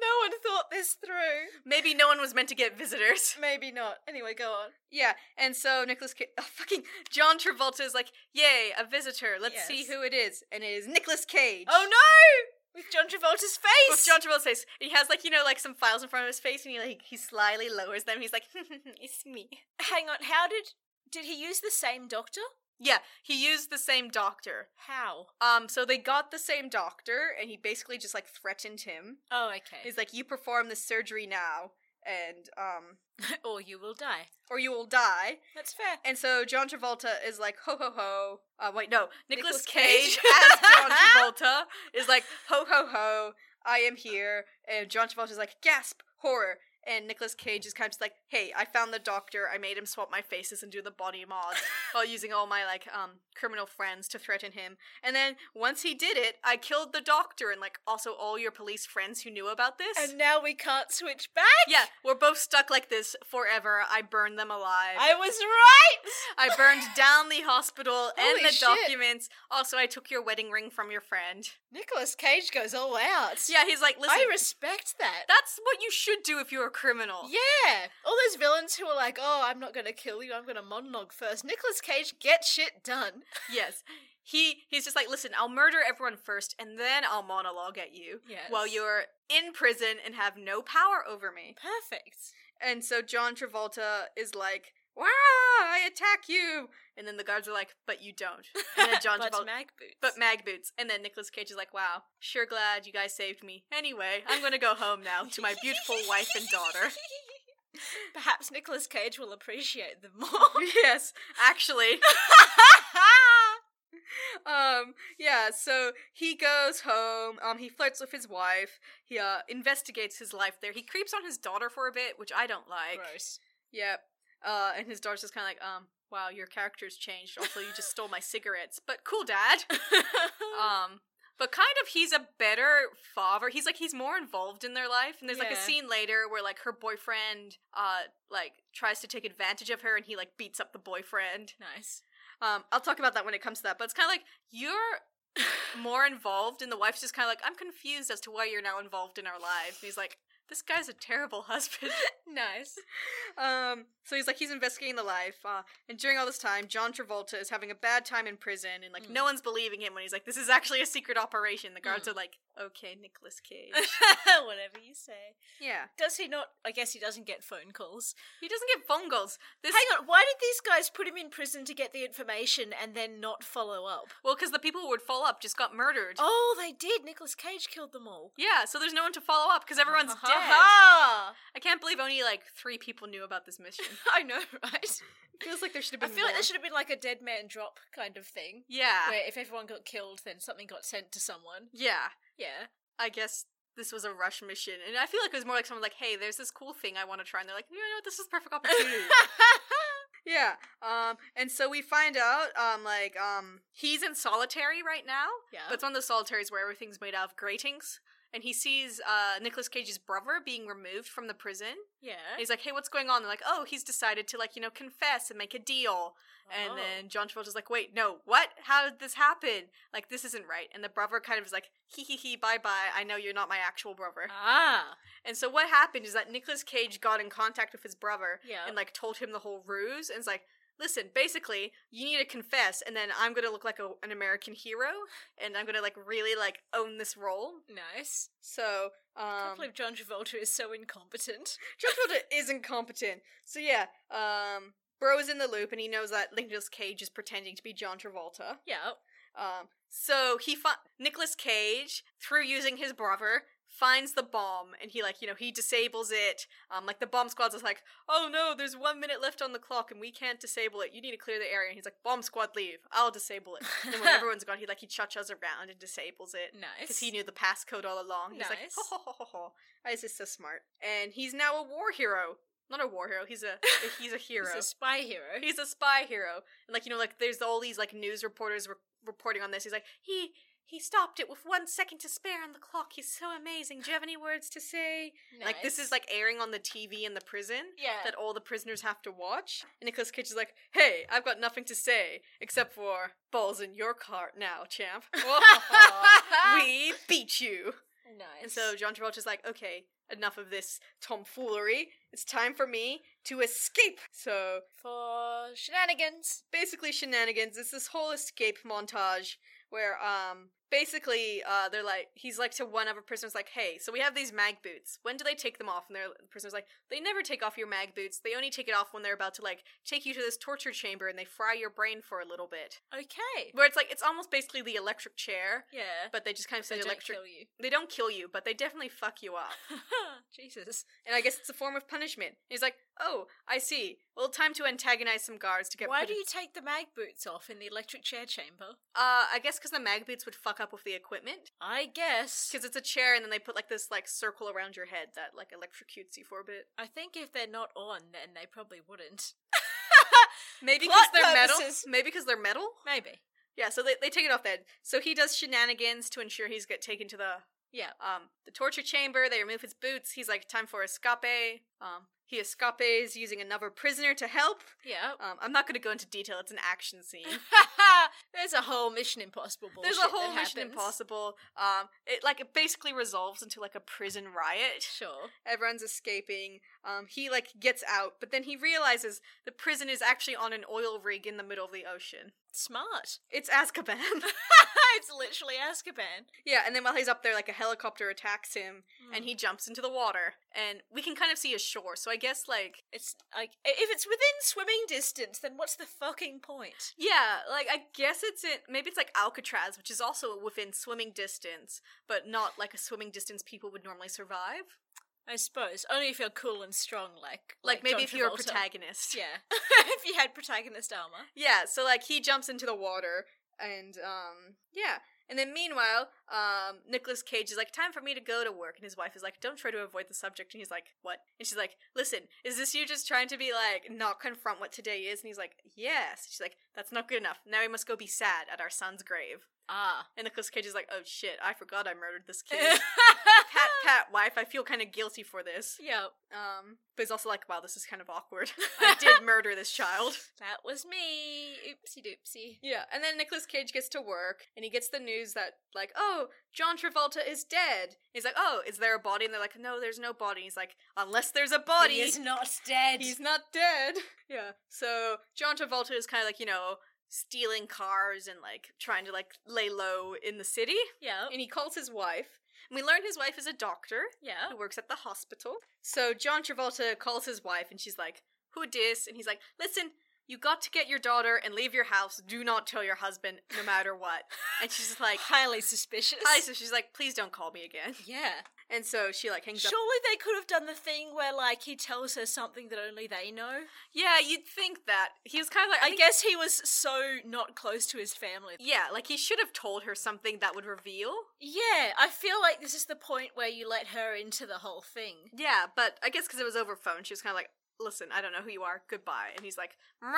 B: No one thought this through.
A: Maybe no one was meant to get visitors.
B: Maybe not. Anyway, go on.
A: Yeah, and so Nicholas, Cage, fucking John Travolta is like, "Yay, a visitor! Let's see
B: Yes.
A: who it is." And it is Nicholas Cage.
B: Oh no! With John Travolta's face.
A: With John Travolta's face, he has like you know like some files in front of his face, and he like he slyly lowers them. He's like, [laughs] "It's me."
B: Hang on. How did did he use the same doctor?
A: Yeah, he used the same doctor.
B: How?
A: Um, so they got the same doctor, and he basically just like threatened him.
B: Oh, okay.
A: He's like, "You perform this surgery now, and um,
B: or you will die.
A: or you will die.
B: That's fair.
A: And so John Travolta is like, ho ho ho. Uh, wait, no. Nicolas
B: Nicolas Cage.
A: Cage as
B: [laughs]
A: John Travolta is like, ho ho ho, I am here. And John Travolta's like, gasp, horror. And Nicolas Cage is kind of just like, hey, I found the doctor. I made him swap my faces and do the body
B: [laughs]
A: mods while using all my like um criminal friends to threaten him. And then once he did it, I killed the doctor and like also all your police friends who knew about this.
B: And now we can't switch back.
A: yeah, we're both stuck like this forever. I burned them alive.
B: I was right.
A: I burned down the hospital
B: Holy
A: and the
B: shit.
A: documents. Also, I took your wedding ring from your friend.
B: Nicolas Cage goes all out.
A: Yeah, he's like, listen,
B: I respect that.
A: that's what you should do if you're a criminal.
B: Yeah, all those villains who are like, "Oh, I'm not gonna kill you. I'm gonna monologue first. Nicolas Cage, get shit done.
A: Yes. He he's just like, listen, I'll murder everyone first, and then I'll monologue at you
B: Yes.
A: while you're in prison and have no power over me.
B: perfect.
A: And so John Travolta is like, "Wow, I attack you!" And then the guards are like, "But you don't."
B: [laughs]
A: And then John
B: but
A: Travolta.
B: mag boots.
A: But mag boots. And then Nicolas Cage is like, wow, sure glad you guys saved me. Anyway, I'm gonna go home now to my beautiful wife and daughter.
B: [laughs] Perhaps Nicolas Cage will appreciate them more. [laughs]
A: yes, actually. [laughs] Um, yeah, so he goes home, um, he flirts with his wife, he uh investigates his life there. He creeps on his daughter for a bit, which I don't like. [laughs]
B: Gross. [laughs]
A: Yep. Uh, and his daughter's just kinda like, um, wow, your character's changed. Also, you just stole my cigarettes. But cool, dad. Um, but kind of he's a better father. He's like he's more involved in their life. And there's like a
B: Yeah.
A: scene later where like her boyfriend uh like tries to take advantage of her and he like beats up the boyfriend.
B: nice.
A: Um I'll talk about that when it comes to that. But it's kind of like you're [laughs] more involved and the wife's just kind of like I'm confused as to why you're now involved in our lives. And he's like this guy's a terrible [laughs] husband.
B: Nice.
A: Um, so he's like he's investigating the life, uh, and during all this time, John Travolta is having a bad time in prison, and like
B: Mm.
A: no one's believing him when he's like, "This is actually a secret operation." The guards
B: Mm.
A: are like, "Okay, Nicolas [laughs] Cage."
B: [laughs] Whatever you say.
A: yeah,
B: Does he not? I guess he doesn't get phone calls.
A: he doesn't get phone calls. This
B: Hang on. Why did these guys put him in prison to get the information and then not follow up?
A: well, because the people who would follow up just got murdered.
B: Oh, they did. Nicolas Cage killed them all.
A: Yeah, so there's no one to follow up because everyone's dead.
B: Ha-ha.
A: I can't believe only like three people knew about this mission.
B: [laughs] I know, [laughs] right?
A: Feels like there should have
B: I
A: been.
B: feel like
A: more.
B: there should have been like a dead man drop kind of thing,
A: Yeah,
B: where if everyone got killed, then something got sent to someone.
A: yeah.
B: Yeah.
A: I guess this was a rush mission, and I feel like it was more like someone like, "Hey, there's this cool thing I want to try," and they're like, "You know, what? this is a perfect opportunity." Yeah. Um and so we find out um like um he's in solitary right now.
B: yeah.
A: But it's one of those solitaries where everything's made out of gratings. And he sees uh Nicolas Cage's brother being removed from the prison. And
B: yeah.
A: he's like, Hey, what's going on? They're like, Oh, he's decided to like, you know, confess and make a deal.
B: Oh.
A: And then John Travolta's like, Wait, no, what? How did this happen? Like, this isn't right. And the brother kind of is like, hee hee hee, bye bye. I know you're not my actual brother.
B: Ah.
A: And so what happened is that Nicolas Cage got in contact with his brother
B: Yeah.
A: and like told him the whole ruse and it's like listen basically you need to confess and then i'm gonna look like a, an american hero and i'm gonna like really like own this role
B: nice.
A: so um
B: can't
A: [laughs]
B: believe John Travolta is so incompetent.
A: Josh is incompetent so yeah um bro is in the loop and he knows that nicholas cage is pretending to be john travolta
B: [laughs] Yeah.
A: um so he fi- nicholas cage through using his brother finds the bomb and he like you know he disables it um like the bomb squad's is like oh no there's one minute left on the clock and we can't disable it you need to clear the area and he's like bomb squad leave i'll disable it and when everyone's gone he like he cha-chas around and disables it because
B: nice.
A: he knew the passcode all along he's like
B: Nice.
A: ho ho ho ho ho this is so smart and he's now a war hero not a war hero he's a he's a hero
B: [laughs] He's a spy hero.
A: [laughs] He's a spy hero, and like you know, like there's all these like news reporters re- reporting on this. He's like, he he stopped it with one second to spare on the clock. He's so amazing. Do you have any words to say? Like this
B: Nice.
A: is like airing on the TV in the prison
B: yeah.
A: that all the prisoners have to watch. And Nicolas Cage is like, hey, I've got nothing to say except for balls in your cart now,
B: [laughs]
A: champ. [laughs] we beat you.
B: nice.
A: And so John Travolta's like, okay, enough of this tomfoolery. It's time for me to escape. So
B: for shenanigans.
A: basically shenanigans. It's this whole escape montage where um basically, uh, they're like, he's like to one other person, who's like, hey, so we have these mag boots. When do they take them off? And they're- the person's like, they never take off your mag boots. They only take it off when they're about to like take you to this torture chamber and they fry your brain for a little bit.
B: Okay.
A: Where it's like it's almost basically the electric chair,
B: Yeah.
A: but they just kind of
B: They
A: say
B: don't
A: electric.
B: kill you. [laughs]
A: They don't kill you, but they definitely fuck you up.
B: Jesus.
A: And I guess it's a form of punishment. He's like, oh, I see. Well, time to antagonize some guards to get.
B: Why
A: put
B: do
A: in-
B: you take the mag boots off in the electric chair chamber?
A: Uh, I guess because the mag boots would fuck up with the equipment.
B: I guess.
A: Because it's a chair, and then they put like this like circle around your head that like electrocutes you for a bit.
B: I think if they're not on, then they probably wouldn't.
A: Maybe because
B: Plot
A: they're
B: purposes.
A: metal. Maybe because they're metal.
B: Maybe.
A: Yeah, so they, they take it off then. So he does shenanigans to ensure he's get taken to the
B: Yeah.
A: um the torture chamber. They remove his boots. He's like, time for escape. Um, he escapes using another prisoner to help.
B: Yeah.
A: Um, I'm not going to go into detail. It's an action scene.
B: [laughs] There's a whole Mission Impossible bullshit.
A: There's a
B: that
A: whole Mission
B: happens.
A: Impossible. Um, it like it basically resolves into like a prison riot.
B: Sure.
A: Everyone's escaping. Um, he like gets out, but then he realizes the prison is actually on an oil rig in the middle of the ocean. [laughs]
B: Smart.
A: It's Azkaban. [laughs]
B: it's literally Azkaban.
A: yeah, and then while he's up there, like a helicopter attacks him, and
B: And
A: he jumps into the water, and we can kind of see his shore. So I guess like
B: it's like if it's within swimming distance, then what's the fucking point?
A: Yeah, like I guess it's in maybe it's like Alcatraz, which is also within swimming distance, but not like a swimming distance people would normally survive.
B: I suppose only if you're cool and strong, like
A: Like, maybe
B: John
A: if you're a
B: Travolta.
A: protagonist. [laughs]
B: Yeah, if you had protagonist armor.
A: Yeah, so like he jumps into the water and um yeah. And then meanwhile, um Nicolas Cage is like, Time for me to go to work and his wife is like, Don't try to avoid the subject and he's like, What? And she's like, Listen, is this you just trying to be like not confront what today is? And he's like, Yes. She's like, That's not good enough. Now we must go be sad at our son's grave.
B: Ah,
A: And Nicolas Cage is like, Oh shit, I forgot I murdered this kid.
B: [laughs] pat,
A: pat pat wife i feel kind of guilty for this
B: Yeah,
A: um but he's also like wow this is kind of awkward [laughs] i did murder this child
B: that was me. Oopsie doopsie.
A: yeah and then nicholas cage gets to work and he gets the news that like oh john travolta is dead he's like oh is there a body and they're like no there's no body he's like unless there's a body
B: He
A: [laughs]
B: is not dead.
A: he's not dead [laughs] yeah so john travolta is kind of like you know stealing cars and like trying to like lay low in the city
B: yeah,
A: and he calls his wife and we learn his wife is a doctor
B: yeah.
A: who works at the hospital. So John Travolta calls his wife and she's like, Who dis? And he's like, Listen, you got to get your daughter and leave your house. Do not tell your husband, no matter what. And she's
B: [laughs]
A: just like,
B: highly suspicious.
A: Hi. So she's like, Please don't call me again. [laughs]
B: yeah.
A: And so she like hangs up.
B: Surely they could have done the thing where like he tells her something that only they know.
A: Yeah, you'd think that. He was kind of like,
B: I
A: think-
B: guess he was so not close to his family.
A: Yeah, like he should have told her something that would reveal.
B: Yeah, I feel like this is the point where you let her into the whole thing.
A: Yeah, but I guess because it was over phone, she was kind of like, Listen, I don't know who you are. Goodbye. And he's like, Meh.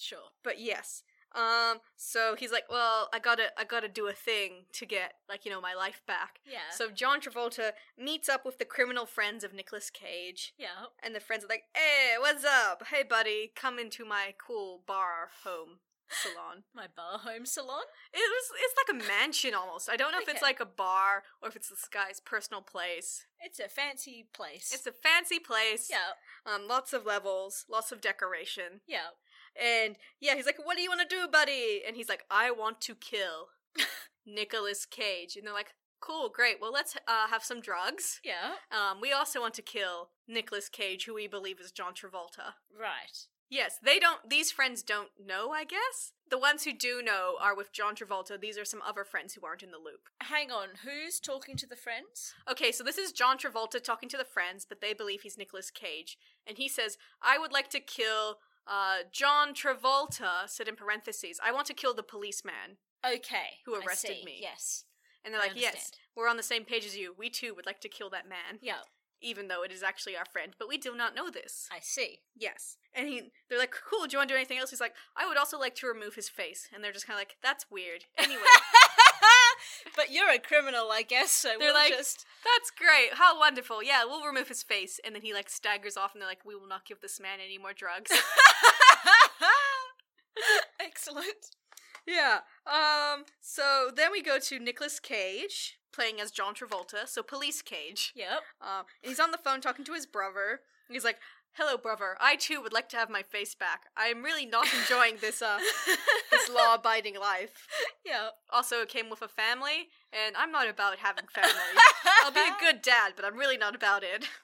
B: Sure.
A: but yes um so he's like well i gotta i gotta do a thing to get like you know my life back
B: Yeah.
A: so john travolta meets up with the criminal friends of nicolas cage
B: yeah.
A: and the friends are like hey what's up hey buddy come into my cool bar home salon
B: My bar home salon?
A: it was it's like a mansion almost i don't know if it's
B: Okay.
A: like a bar or if it's this guy's personal place
B: It's a fancy place.
A: it's a fancy place
B: yeah,
A: um lots of levels lots of decoration
B: yeah.
A: And yeah, he's like, "What do you want to do, buddy?" And he's like, "I want to kill [laughs] Nicolas Cage." And they're like, "Cool, great. Well, let's uh, have some drugs.
B: Yeah.
A: Um, we also want to kill Nicolas Cage, who we believe is John Travolta."
B: Right.
A: Yes, they don't. These friends don't know. I guess the ones who do know are with John Travolta. These are some other friends who aren't in the loop.
B: Hang on, who's talking to the friends?
A: Okay, so this is John Travolta talking to the friends, but they believe he's Nicolas Cage. And he says, I would like to kill uh, John Travolta, said in parentheses, I want to kill the policeman.
B: Okay.
A: Who
B: I
A: arrested
B: see,
A: me.
B: Yes.
A: And they're
B: I
A: like, yes,
B: understand.
A: we're on the same page as you. We too would like to kill that man,
B: Yeah,
A: even though it is actually our friend, but we do not know this.
B: I see.
A: Yes. And he, they're like, cool, do you want to do anything else? He's like, I would also like to remove his face. And they're just kind of like, that's
B: [laughs]
A: weird. Anyway,
B: [laughs] but you're a criminal, I guess, so
A: They're
B: we'll [laughs]
A: like-
B: just
A: that's great. How wonderful. Yeah, we'll remove his face. And then he like staggers off and they're like, we will not give this man any more drugs.
B: Excellent.
A: Yeah. Um. So then we go to Nicolas Cage playing as John Travolta, so Police Cage.
B: [laughs] Yep.
A: Um. and he's on the phone talking to his brother. He's like, "Hello, brother. I too would like to have my face back. I am really not enjoying this uh this law-abiding life."
B: Yeah.
A: Also, it came with a family, and I'm not about having family. I'll
B: [laughs]
A: be a good dad, but I'm really not about it. [laughs]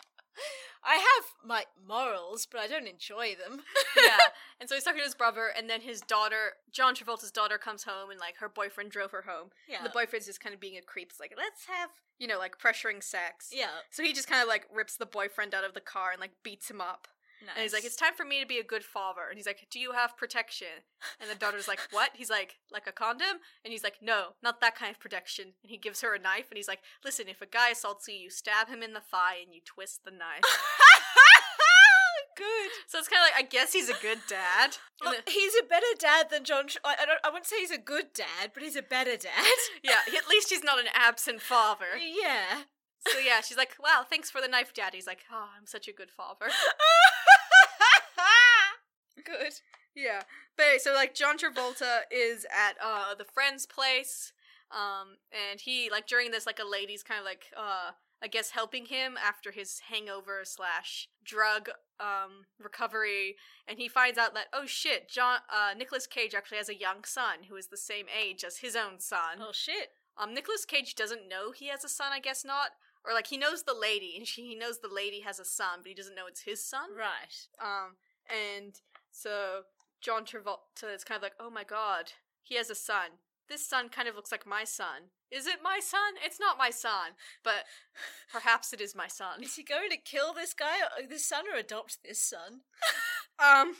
B: I have my morals, but I don't enjoy [laughs] them.
A: yeah. And so he's talking to his brother, and then his daughter, John Travolta's daughter, comes home, and like her boyfriend drove her home.
B: Yeah.
A: The boyfriend's just kind of being a creep. It's like, let's have, you know, like pressuring sex.
B: yeah.
A: So he just kind of like rips the boyfriend out of the car and like beats him up.
B: Nice.
A: And he's like, it's time for me to be a good father. And he's like, do you have protection? And the daughter's like, what? He's like, like a condom? And he's like, no, not that kind of protection. And he gives her a knife and he's like, listen, if a guy assaults you, you stab him in the thigh and you twist the knife.
B: [laughs] good.
A: so it's kind of like, I guess he's a good
B: [laughs]
A: dad. And
B: Look,
A: the-
B: he's a better dad than John. Tr- I, I, don't, I wouldn't say he's a good dad, but he's a better [laughs] dad.
A: yeah, he- at least he's not an absent father.
B: [laughs] yeah.
A: So yeah, she's like, wow, thanks for the knife, dad. He's like, oh, I'm such a good father. [laughs]
B: good.
A: Yeah. But anyway, so like John Travolta is at uh the friend's place. Um and he like during this like a lady's kind of like uh I guess helping him after his hangover slash drug um recovery and he finds out that oh shit, John uh Nicolas Cage actually has a young son who is the same age as his own son.
B: Oh shit.
A: Um Nicolas Cage doesn't know he has a son, I guess not. Or like he knows the lady and she he knows the lady has a son, but he doesn't know it's his son.
B: Right. [laughs]
A: Um, and so John Travolta is kind of like, oh my god, he has a son. This son kind of looks like my son. Is it my son? It's not my son, but [laughs] perhaps it is my son.
B: Is he going to kill this guy, or, this son, or adopt this son? [laughs]
A: [laughs] Um,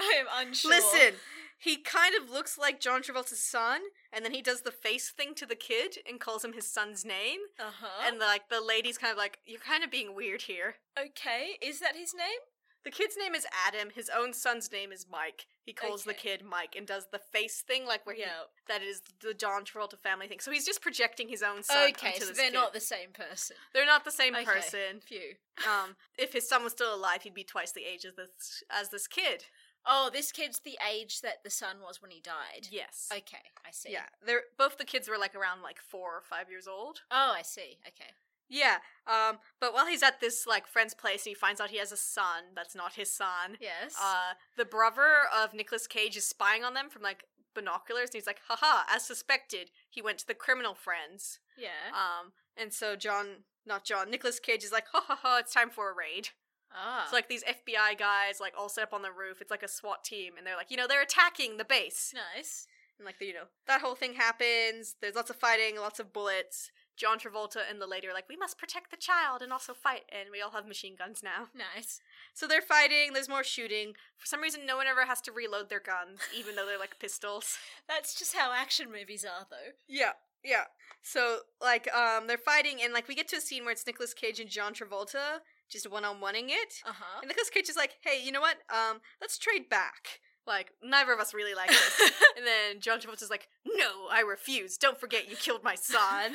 B: I am unsure.
A: listen, he kind of looks like John Travolta's son, and then he does the face thing to the kid and calls him his son's name.
B: Uh huh.
A: And like the lady's kind of like, you're kind of being weird here.
B: Okay, is that his name?
A: The kid's name is Adam. His own son's name is Mike. He calls the
B: Okay.
A: kid Mike and does the face thing, like where he that is the John Travolta family thing. So he's just projecting his own son.
B: Okay,
A: onto
B: so
A: this
B: they're
A: kid.
B: not the same person.
A: they're not the same
B: Okay.
A: person.
B: Phew.
A: Um, if his son was still alive, he'd be twice the age as this as this kid.
B: Oh, this kid's the age that the son was when he died.
A: Yes.
B: Okay, I see.
A: yeah, they're both the kids were like around like four or five years old.
B: Oh, I see. Okay.
A: Yeah. Um, but while he's at this like friend's place, and he finds out he has a son that's not his son.
B: Yes.
A: Uh, the brother of Nicolas Cage is spying on them from like binoculars, and he's like, "Haha! As suspected, he went to the criminal friends."
B: yeah.
A: Um, and so John, not John, Nicolas Cage is like, ha ha ha, it's time for a raid.
B: ah.
A: It's like these FBI guys, like all set up on the roof. It's like a SWAT team, and they're like, you know, they're attacking the base.
B: nice.
A: And like, you know, that whole thing happens. There's lots of fighting, lots of bullets. John Travolta and the lady are like, we must protect the child and also fight, and we all have machine guns now.
B: Nice.
A: So they're fighting, there's more shooting. For some reason, no one ever has to reload their guns, even though they're like pistols.
B: That's just how action movies are, though.
A: Yeah, yeah. So like um they're fighting and like we get to a scene where it's Nicolas Cage and John Travolta just one on oneing it.
B: Uh huh.
A: And Nicolas Cage is like, hey, you know what? Um, let's trade back. Like, neither of us really like this.
B: [laughs]
A: and then John Travolta's like, no, I refuse. Don't forget you killed my son.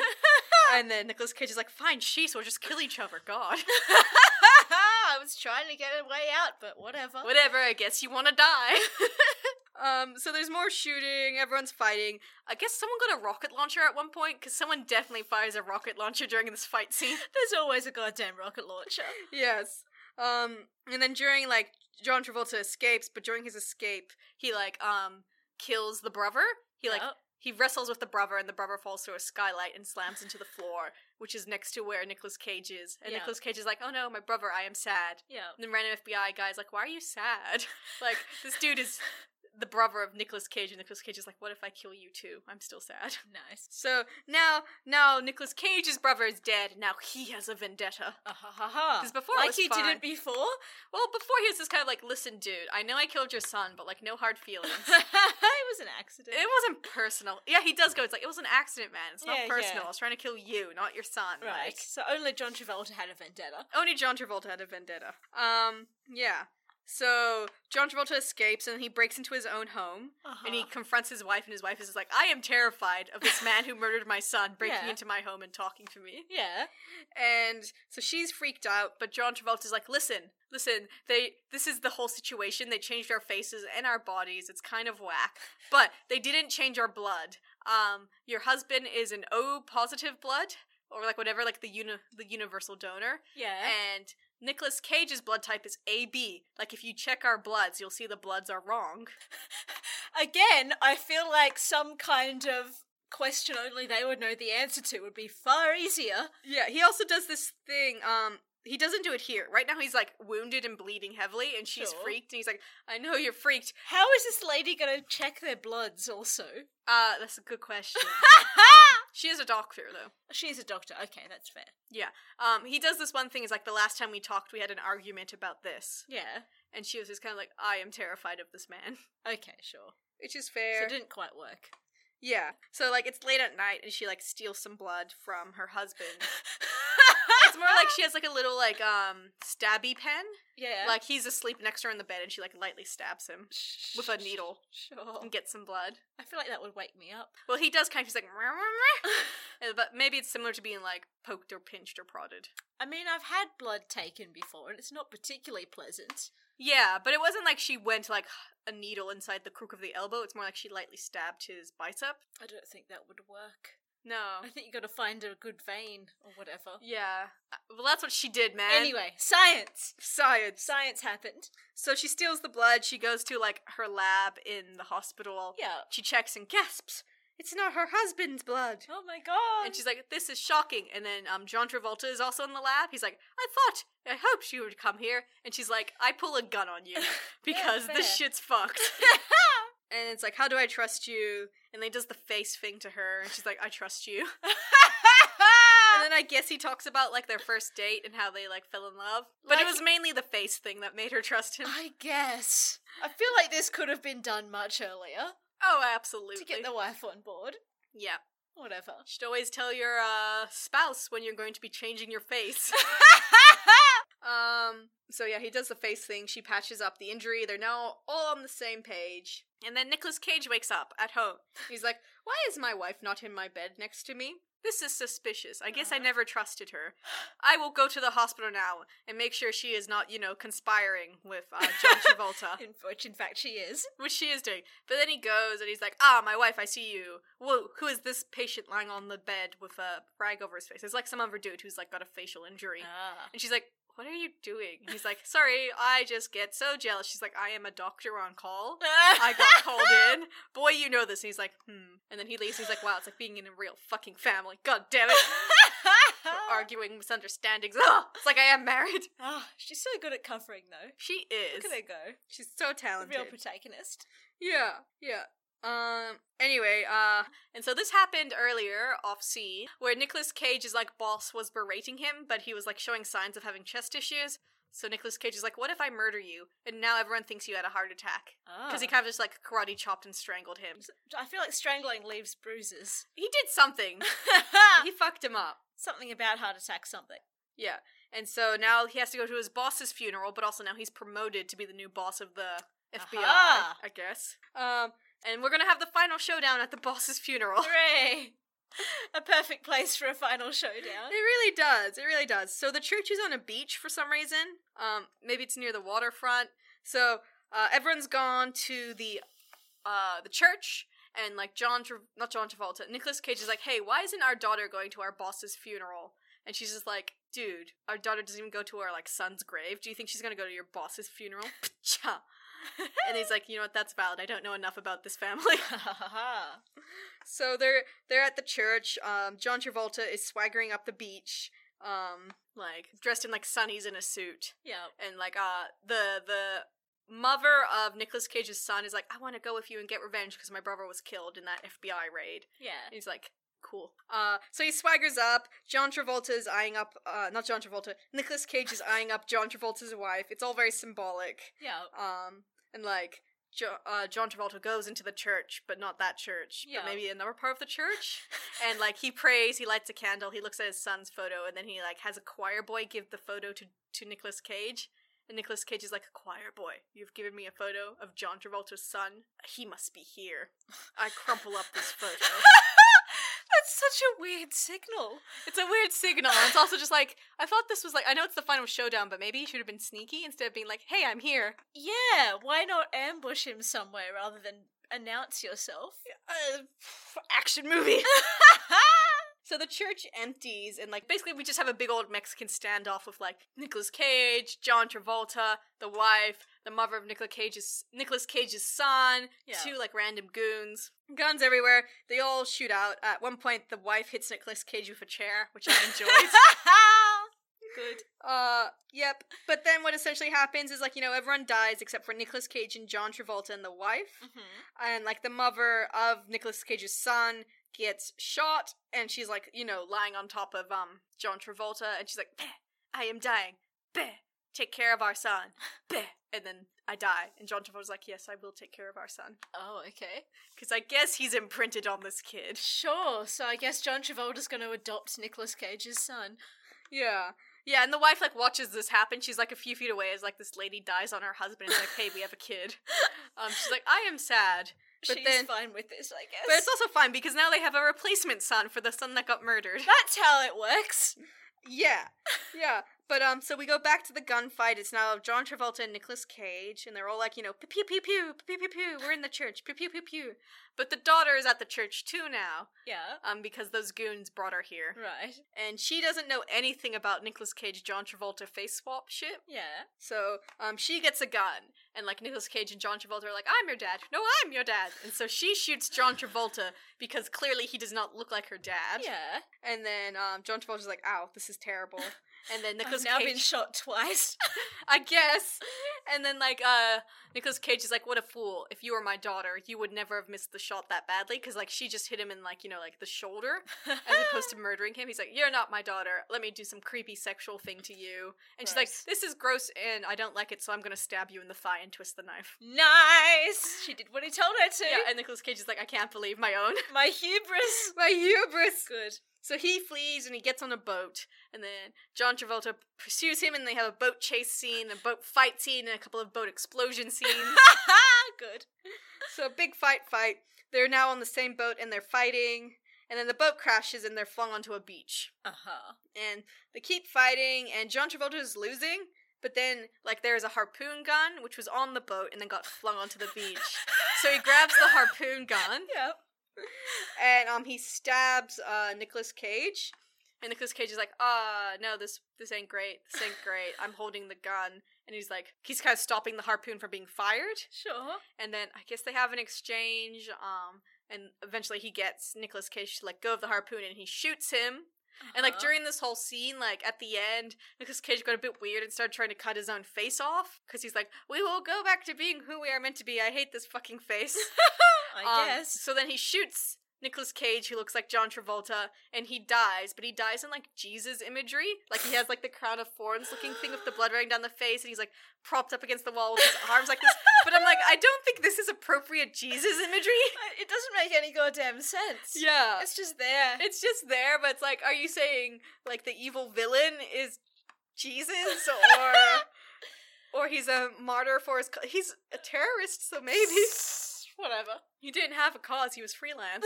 A: and then Nicolas Cage is like, fine, sheesh, we'll just kill each other. God.
B: [laughs] I was trying to get a way out, but whatever.
A: Whatever, I guess you want to die. [laughs] um, so there's more shooting, everyone's fighting. I guess someone got a rocket launcher at one point, because someone definitely fires a rocket launcher during this fight scene. [laughs]
B: There's always a goddamn rocket launcher.
A: yes. Um, and then during, like, John Travolta escapes, but during his escape, he, like, um, kills the brother. He, like,
B: Yep.
A: he wrestles with the brother, and the brother falls through a skylight and slams into the floor, which is next to where Nicolas Cage is. And
B: Yeah.
A: Nicolas Cage is like, oh no, my brother, I am sad.
B: yeah.
A: And the random FBI guy's like, "Why are you sad? [laughs] Like this
B: [laughs]
A: dude is the brother of Nicolas Cage, and Nicolas Cage is like, "What if I kill you too? I'm still sad." [laughs]
B: Nice.
A: So now, now Nicolas Cage's brother is dead. Now he has a vendetta.
B: Ah ha ha ha.
A: 'Cause before it
B: like
A: was
B: he
A: fine.
B: didn't [laughs] before.
A: Well, before he was just kind of like, "Listen, dude, I know I killed your son, but like, no hard
B: [laughs]
A: feelings."
B: it was an accident.
A: It wasn't personal. Yeah, he does go. It's like it was an accident, man. It's not
B: Yeah, yeah.
A: personal. I was trying to kill you, not your son.
B: right.
A: Like,
B: so only John Travolta had a vendetta.
A: Only John Travolta had a vendetta. Um, yeah. So John Travolta escapes and he breaks into his own home and
B: [gasps] Uh-huh.
A: he confronts his wife and his wife is just like, I am terrified of this man who murdered my son breaking
B: Yeah.
A: into my home and talking to me.
B: Yeah.
A: And so she's freaked out, but John Travolta's like, listen, listen, they this is the whole situation. They changed our faces and our bodies. It's kind of whack. But they didn't change our blood. Um, your husband is an O positive blood, or like whatever, like the uni- the universal donor
B: Yeah.
A: and Nicolas Cage's blood type is AB. Like if you check our bloods, you'll see the bloods are wrong.
B: Again, I feel like some kind of question only they would know the answer to would be far easier.
A: Yeah, he also does this thing. Um, he doesn't do it here. Right now, he's like wounded and bleeding heavily, and she's
B: Sure.
A: freaked. And he's like, "I know you're freaked."
B: How is this lady going to check their bloods also? [laughs] Um,
A: Uh, that's a good question. [laughs] she is a doctor, though.
B: She's a doctor. Okay, that's fair.
A: Um, he does this one thing. Is like the last time we talked, we had an argument about this,
B: Yeah.
A: and she was just kind of like, "I am terrified of this man,"
B: Okay, sure.
A: which is
B: So
A: fair.
B: it didn't quite work.
A: yeah. So like, it's late at night, and she like steals some blood from her husband. it's more like she has like a little like um stabby pen.
B: [laughs] yeah.
A: Like he's asleep next to her in the bed, and she like lightly stabs him with a needle
B: Sure.
A: and gets some blood.
B: I feel like that would wake me up.
A: Well, he does kind of. He's like, "Meow, meow,
B: [laughs]
A: meow." Uh, but maybe it's similar to being like poked or pinched or prodded.
B: I mean, I've had blood taken before, and it's not particularly pleasant.
A: Yeah, but it wasn't like she went like a needle inside the crook of the elbow. It's more like she lightly stabbed his bicep.
B: I don't think that would work.
A: No.
B: I think you got to find a good vein or whatever.
A: Yeah. Uh, Well, that's what she did, man.
B: Anyway, science.
A: science.
B: Science happened.
A: So she steals the blood. She goes to like her lab in the hospital.
B: Yeah.
A: She checks and gasps. It's not her husband's blood.
B: Oh my god. [laughs]
A: And she's like, "This is shocking." And then um, John Travolta is also in the lab. He's like, "I thought, I hoped you would come here." And she's like, "I pull a gun
B: [laughs]
A: on you [laughs] because this
B: fair. [laughs]
A: shit's fucked." and it's like, "How do I trust you?" And then he does the face thing to her, and she's like, "I
B: [laughs]
A: trust you." and then I guess he talks about like their first date and how they like fell in love, but
B: Like-
A: it was mainly the face thing that made her trust
B: [sighs]
A: him.
B: I guess. I feel like this could have been done much earlier
A: Oh, absolutely.
B: to get the wife on board.
A: yeah. [laughs]
B: Whatever.
A: You should always tell your uh, spouse when you're going to be changing your face. Um. So yeah, he does the face thing. She patches up the injury. They're now all on the same page. And then Nicolas Cage wakes up at home. He's like, "Why is my wife not in my bed next to me? This is suspicious. I guess I
B: Uh-huh.
A: never trusted her. I will go to the hospital now and make sure she is not, you know, conspiring with uh, John [laughs] Travolta,
B: in which, in fact, she is.
A: which she is doing." But then he goes and he's like, "Ah, my wife, I see you. Whoa, who is this patient lying on the bed with a rag over his face? It's like some other dude who's like got a facial injury."
B: Ah.
A: And she's like, What are you doing? And he's like, Sorry, I just get so jealous. She's like, I am a doctor on call.
B: Ah.
A: I
B: [laughs]
A: got called in. Boy, you know this. And he's like, Hmm. And then he leaves. He's like, Wow, it's like being in a real fucking family. God
B: [laughs]
A: damn it. We're arguing misunderstandings. Ugh! It's like I am married. [laughs]
B: Ah, she's so good at covering, though.
A: She
B: Look
A: is.
B: at her go.
A: She's so
B: The
A: talented.
B: real protagonist.
A: Yeah, yeah. Um. Anyway, uh, and so this happened earlier off scene where Nicolas Cage's like boss was berating him, but he was like showing signs of having chest issues. So Nicolas Cage is like, "What if I murder you?" And now everyone thinks you had a heart attack
B: Ah.
A: because he kind of just like karate chopped and strangled him.
B: I feel like strangling leaves [laughs] bruises.
A: He did something. he fucked him up.
B: something about heart attack, something.
A: Yeah. And so now he has to go to his boss's funeral, but also now he's promoted to be the new boss of the FBI,
B: Aha.
A: I guess. Um, and we're gonna have the final showdown at the boss's
B: Oh.
A: funeral.
B: Hooray! A perfect place for a final showdown.
A: It really does. It really does. So the church is on a beach for some reason. Um, maybe it's near the waterfront. So uh, everyone's gone to the uh, the church, and like John, Tra- not John Travolta, Nicholas Cage is like, "Hey, why isn't our daughter going to our boss's funeral?" And she's just like, "Dude, our daughter doesn't even go to our like son's grave. Do you think she's gonna go to your boss's funeral?"
B: [laughs]
A: Pcha. and he's like, "You know what? That's valid. I don't know enough about this family." So they're they're at the church. Um, John Travolta is swaggering up the beach, um, like dressed in like sunnies in a suit,
B: yeah.
A: and like uh the the mother of Nicolas Cage's son is like, I want to go with you and get revenge because my brother was killed in that FBI raid.
B: Yeah.
A: And he's like, cool. Uh, so he swaggers up. John Travolta is eyeing up, uh, not John Travolta. Nicolas Cage is eyeing up John Travolta's wife. It's all very symbolic.
B: Yeah.
A: Um, and like jo- uh, John Travolta goes into the church, but not that church,
B: Yeah.
A: but maybe another part of the church. and like he prays, he lights a candle, he looks at his son's photo, and then he like has a choir boy give the photo to to Nicolas Cage. And Nicolas Cage is like, "Choir boy, you've given me a photo of John Travolta's son. He must be here." I crumple up this photo.
B: That's such a weird signal.
A: It's a weird signal. It's also just like I thought this was like I know it's the final showdown, but maybe he should have been sneaky instead of being like, "Hey, I'm here."
B: Yeah, why not ambush him somewhere rather [laughs] than announce yourself?
A: [laughs] Uh, action movie. So the church empties, and like basically we just have a big old Mexican standoff with like Nicolas Cage, John Travolta, the wife, the mother of Nicolas Cage's Nicolas Cage's son,
B: Yeah.
A: two like random goons, guns everywhere. They all shoot out. At one point, the wife hits Nicolas Cage with a chair, which I [laughs] enjoyed.
B: [laughs] Good.
A: Uh, yep. But then what essentially happens is like you know everyone dies except for Nicolas Cage and John Travolta and the wife, and like the mother of Nicolas Cage's son gets shot, and she's like you know lying on top of um John Travolta, and she's like, "Bleh, I am dying. Bleh, take care of our son. Bleh." And then I die, and John Travolta's like, Yes, I will take care of our son,
B: Oh, okay.
A: because I guess he's imprinted on this kid.
B: Sure. So I guess John Travolta's going to adopt Nicolas Cage's son.
A: Yeah. Yeah, and the wife like watches this happen. She's like a few feet away as like this lady dies on her husband and is like, "Hey, we have a kid." Um, she's like, "I am sad," but
B: She's
A: then,
B: fine with this, I guess.
A: but it's also fine because now they have a replacement son for the son that got murdered.
B: That's how it works.
A: Yeah, yeah. But um, so we go back to the gunfight. It's now John Travolta and Nicolas Cage, and they're all like, you know, pew pew pew pew pew pew. We're in the church. Pew pew pew pew. But the daughter is at the church too now,
B: Yeah.
A: um, because those goons brought her here,
B: Right.
A: and she doesn't know anything about Nicolas Cage John Travolta face swap shit.
B: Yeah.
A: So um, she gets a gun, and like Nicolas Cage and John Travolta are like, "I'm your dad." No, I'm your dad. And so she shoots John Travolta because clearly he does not look like her dad.
B: Yeah.
A: And then um, John Travolta's like, "Ow, this is terrible." And then
B: I've
A: [laughs] Nicolas
B: now
A: Cage,
B: been shot twice.
A: I guess. And then like uh, Nicolas Cage is like, "What a fool! If you were my daughter, you would never have missed the shot that badly because like she just hit him in like you know like the shoulder." as [laughs] opposed to murdering him. He's like, "You're not my daughter. Let me do some creepy sexual thing to you." And she's like,
B: Gross.
A: "This is gross, and I don't like it, so I'm gonna stab you in the thigh and twist the knife."
B: [laughs] nice. She did what he told her to.
A: Yeah, and Nicolas Cage is like, "I can't believe my own,
B: My
A: [laughs]
B: hubris. [laughs]
A: my hubris."
B: Good.
A: So he flees and he gets on a boat, and then John Travolta pursues him, and they have a boat chase scene, a boat fight scene, and a couple of boat explosion scenes.
B: Good.
A: [laughs] so a big fight, fight. They're now on the same boat and they're fighting, and then the boat crashes and they're flung onto a beach.
B: Uh
A: Uh-huh.
B: huh.
A: and they keep fighting and John Travolta is losing but then like there is a harpoon gun which was on the boat and then got flung onto the beach so he grabs the harpoon gun
B: Yep.
A: and um he stabs uh Nicolas Cage and Nicolas Cage is like ah no this this ain't great this ain't great I'm holding the gun and he's like he's kind of stopping the harpoon from being fired
B: Sure.
A: and then I guess they have an exchange um and eventually he gets Nicolas Cage to let go of the harpoon and he shoots him and like
B: Uh-huh.
A: during this whole scene, like at the end, Nicolas Cage got a bit weird and started trying to cut his own face off because he's like, "We will go back to being who we are meant to be." I hate this fucking face.
B: Uh-huh, I
A: Um,
B: guess.
A: So then he shoots Nicolas Cage, who looks like John Travolta, and he dies. But he dies in like Jesus imagery, like he has like the crown of thorns looking thing with the blood running down the face, and he's like propped up against the wall with his arms like this. But I'm like, I don't think this is appropriate Jesus imagery.
B: [laughs]
A: [laughs]
B: I- It doesn't make any goddamn sense.
A: Yeah.
B: It's just there.
A: It's just there, but it's like, are you saying like the evil villain is Jesus
B: [laughs]
A: or or he's a martyr for his? Co- he's a terrorist, so maybe
B: [laughs]
A: [laughs]
B: Whatever.
A: he didn't have a cause. He was freelance.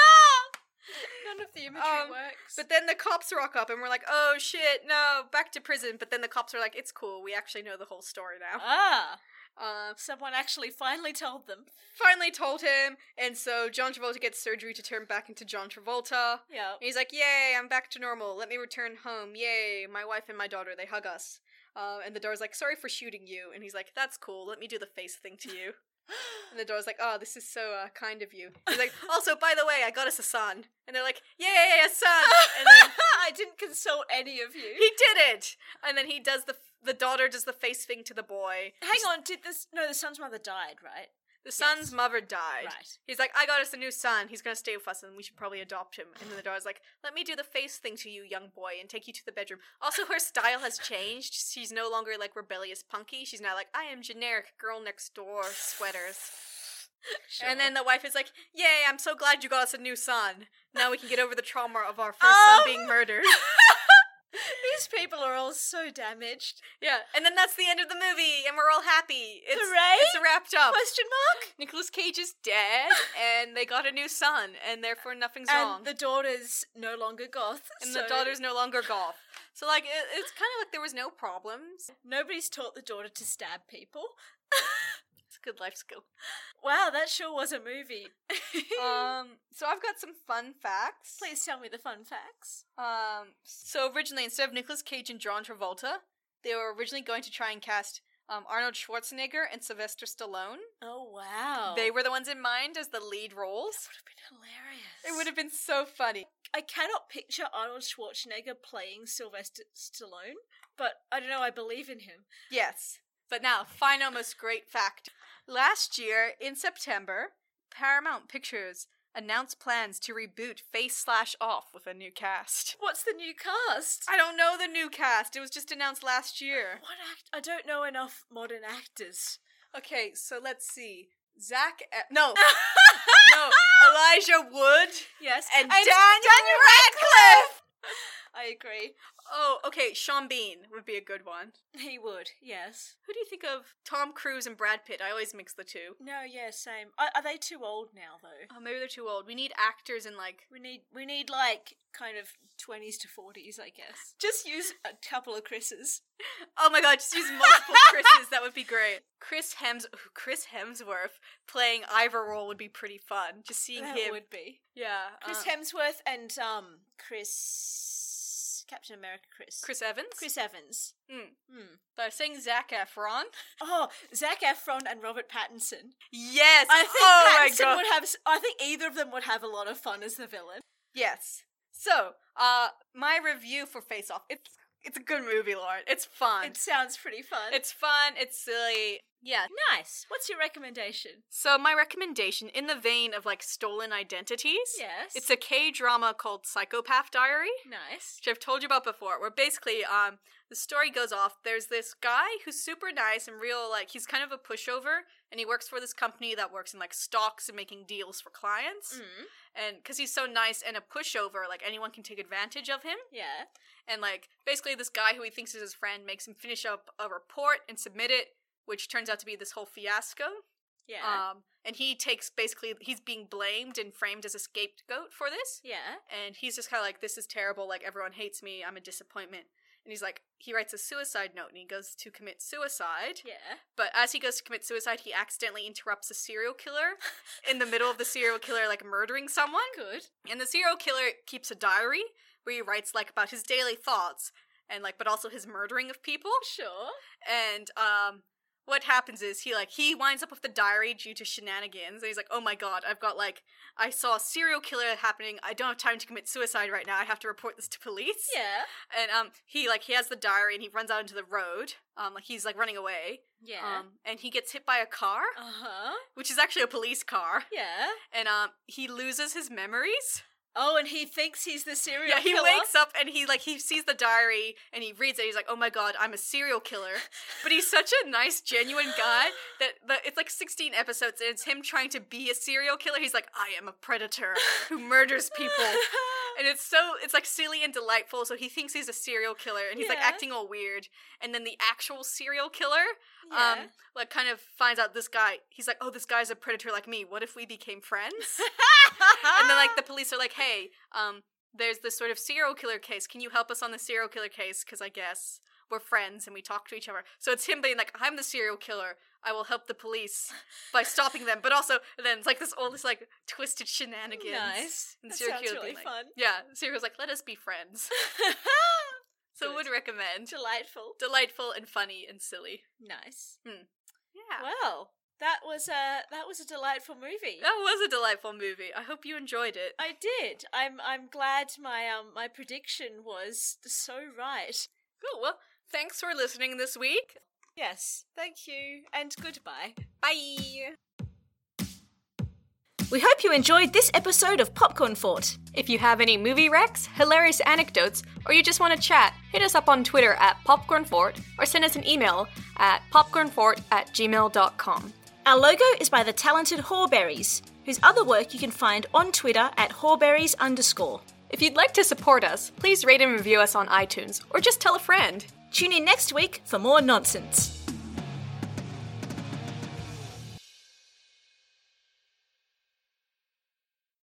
B: [laughs] None of the imagery
A: Um,
B: works.
A: But then the cops rock up, and we're like, "Oh shit, no, back to prison." But then the cops are like, "It's cool. We actually know the whole story now."
B: ah,
A: Um,
B: someone actually finally told them.
A: finally told him, and so John Travolta gets surgery to turn back into John Travolta.
B: Yeah.
A: And he's like, "Yay, I'm back to normal. Let me return home. Yay, my wife and my daughter. They hug us." Uh, and the door's like, "Sorry for shooting you." And he's like, "That's cool. Let me do the face thing to you." And the door's like, "Oh, this is so uh, kind of you." He's like, "Also, by the way, I got us a son." And they're like, "Yay, a son!" And then
B: [laughs] I didn't consult any of you.
A: he did it. And then he does the the daughter does the face thing to the boy.
B: Hang on, did this? No, the son's mother died, right?
A: The son's
B: Yes.
A: mother died.
B: Right.
A: He's like, I got us a new son. He's gonna stay with us, and we should probably adopt him. And then the daughter's like, Let me do the face thing to you, young boy, and take you to the bedroom. Also, her style has changed. She's no longer like rebellious punky. She's now like, I am generic girl next door sweaters. And then the wife is like, Yay! I'm so glad you got us a new son. Now we can get over the trauma of our first son
B: Um.
A: being
B: [laughs]
A: murdered.
B: these people are all so damaged.
A: Yeah, and then that's the end of the movie, and we're all happy. It's,
B: Hooray?
A: it's wrapped up.
B: Question mark.
A: Nicolas Cage is
B: [laughs]
A: dead, and they got a new son, and therefore nothing's wrong.
B: And the daughter's no longer goth,
A: and
B: so
A: the daughter's no longer golf. So like it, it's kind of like there was no problems.
B: nobody's taught the daughter to stab people. [laughs]
A: It's a good life skill.
B: Wow, that sure was a movie.
A: um, so I've got some fun
B: [laughs]
A: facts.
B: Please tell me the fun facts.
A: Um, so originally, instead of Nicolas Cage and John Travolta, they were originally going to try and cast um, Arnold Schwarzenegger and Sylvester Stallone.
B: Oh wow.
A: They were the ones in mind as the lead roles.
B: would have been hilarious.
A: It would have been so funny.
B: I cannot picture Arnold Schwarzenegger playing Sylvester Stallone, but I don't know. I believe in him.
A: Yes. But now, final most great fact. Last year, in September, Paramount Pictures announced plans to reboot Face Slash Off with a new cast.
B: What's the new cast?
A: I don't know the new cast. It was just announced last year.
B: What act? I don't know enough modern actors.
A: Okay, so let's see. Zach. E- [laughs] no, no. Elijah Wood
B: yes,
A: and, Daniel, Radcliffe.
B: I agree.
A: Oh, okay. Sean Bean would be a good one.
B: He would. Yes.
A: Who do you think of? Tom Cruise and Brad Pitt. I always mix the two.
B: No. Yeah. Same. Are, are they too old now though?
A: Oh, maybe they're too old. We need actors in like
B: We need we need like kind of twenties to forties, I guess. Just use a couple of Chris's.
A: Oh my god, just use [laughs] multiple Chris's. That would be great. Chris Hems, ooh, Chris Hemsworth playing Ivor Roll would be pretty fun. Just seeing
B: That
A: him.
B: would be
A: yeah.
B: Chris
A: uh,
B: Hemsworth and um Chris Captain America Chris
A: Chris Evans.
B: Chris Evans.
A: Mm.
B: Hmm.
A: So I was saying Zach Efron.
B: Oh, Zach Efron and Robert Pattinson.
A: Yes.
B: I think
A: oh my
B: Pattinson
A: god.
B: would have. s- I think either of them would have a lot of fun as the villain.
A: [laughs] Yes. So, uh, my review for Face Off. It's it's a good movie, Lauren. It's fun.
B: It sounds pretty fun.
A: it's fun. It's silly. Yeah.
B: nice. What's your recommendation?
A: So my recommendation, in the vein of like stolen identities,
B: Yes.
A: it's a K drama called Psychopath Diary.
B: nice.
A: which I've told you about before, where basically um the story goes off. There's this guy who's super nice and real, like he's kind of a pushover, and he works for this company that works in like stocks and making deals for clients.
B: Mm.
A: And because he's so nice and a pushover, like anyone can take advantage of him.
B: Yeah.
A: And like basically, this guy who he thinks is his friend makes him finish up a report and submit it, which turns out to be this whole fiasco.
B: Yeah.
A: Um, and he takes basically he's being blamed and framed as a scapegoat for this
B: yeah.
A: and he's just kind of like this is terrible like everyone hates me i'm a disappointment and he's like he writes a suicide note and he goes to commit suicide
B: Yeah.
A: but as he goes to commit suicide he accidentally interrupts a serial killer [laughs] in the middle of the serial killer like murdering someone
B: Good.
A: and the serial killer keeps a diary where he writes like about his daily thoughts and like but also his murdering of people
B: Sure.
A: and um what happens is he like he winds up with the diary due to shenanigans and he's like oh my god i've got like i saw a serial killer happening i don't have time to commit suicide right now i have to report this to police
B: Yeah.
A: and um he like he has the diary and he runs out into the road um like he's like running away
B: Yeah.
A: um and he gets hit by a car
B: uh huh.
A: which is actually a police car
B: Yeah.
A: and um he loses his memories
B: Oh, and he thinks he's the serial
A: yeah he
B: killer.
A: wakes up and he like he sees the diary and he reads it he's like oh my god i'm a serial killer but he's such a nice, genuine guy that the, it's like 16 episodes, and it's him trying to be a serial killer. He's like, I am a predator who murders
B: [laughs]
A: people. And it's so, it's like silly and delightful. So he thinks he's a serial killer and he's like
B: Yeah.
A: acting all weird. And then the actual serial killer,
B: yeah.
A: um, like kind of finds out this guy, he's like, oh, this guy's a predator like me. What if we became friends? and then like the police are like, hey, um, there's this sort of serial killer case. Can you help us on the serial killer case? Because I guess we're friends and we talk to each other. So it's him being like, I'm the serial killer. I will help the police by stopping them. But also, and then it's like this all this like twisted
B: [laughs]
A: shenanigans.
B: nice.
A: And
B: That
A: serial
B: sounds
A: killer
B: really
A: being like-
B: fun.
A: Yeah, serial's like, let us be friends. [laughs] So
B: Good.
A: would
B: [laughs]
A: recommend.
B: Delightful.
A: Delightful and funny and silly.
B: Nice. Ah.
A: Yeah.
B: Well, that was a that was a delightful movie.
A: That was a delightful movie. I hope you enjoyed it.
B: I did. I'm I'm glad my um my prediction was so right.
A: Cool. Well, thanks for listening this week.
B: Yes. Thank you and goodbye.
A: Bye.
B: We hope you enjoyed this episode of Popcorn Fort.
A: If you have any movie recs, hilarious anecdotes, or you just want to chat, hit us up on Twitter at popcornfort or send us an email at popcornfort at gmail.com.
B: Our logo is by the talented Horberries, whose other work you can find on Twitter at Horberries underscore.
A: If you'd like to support us, please rate and review us on iTunes or just tell a friend.
B: Tune in next week for more nonsense.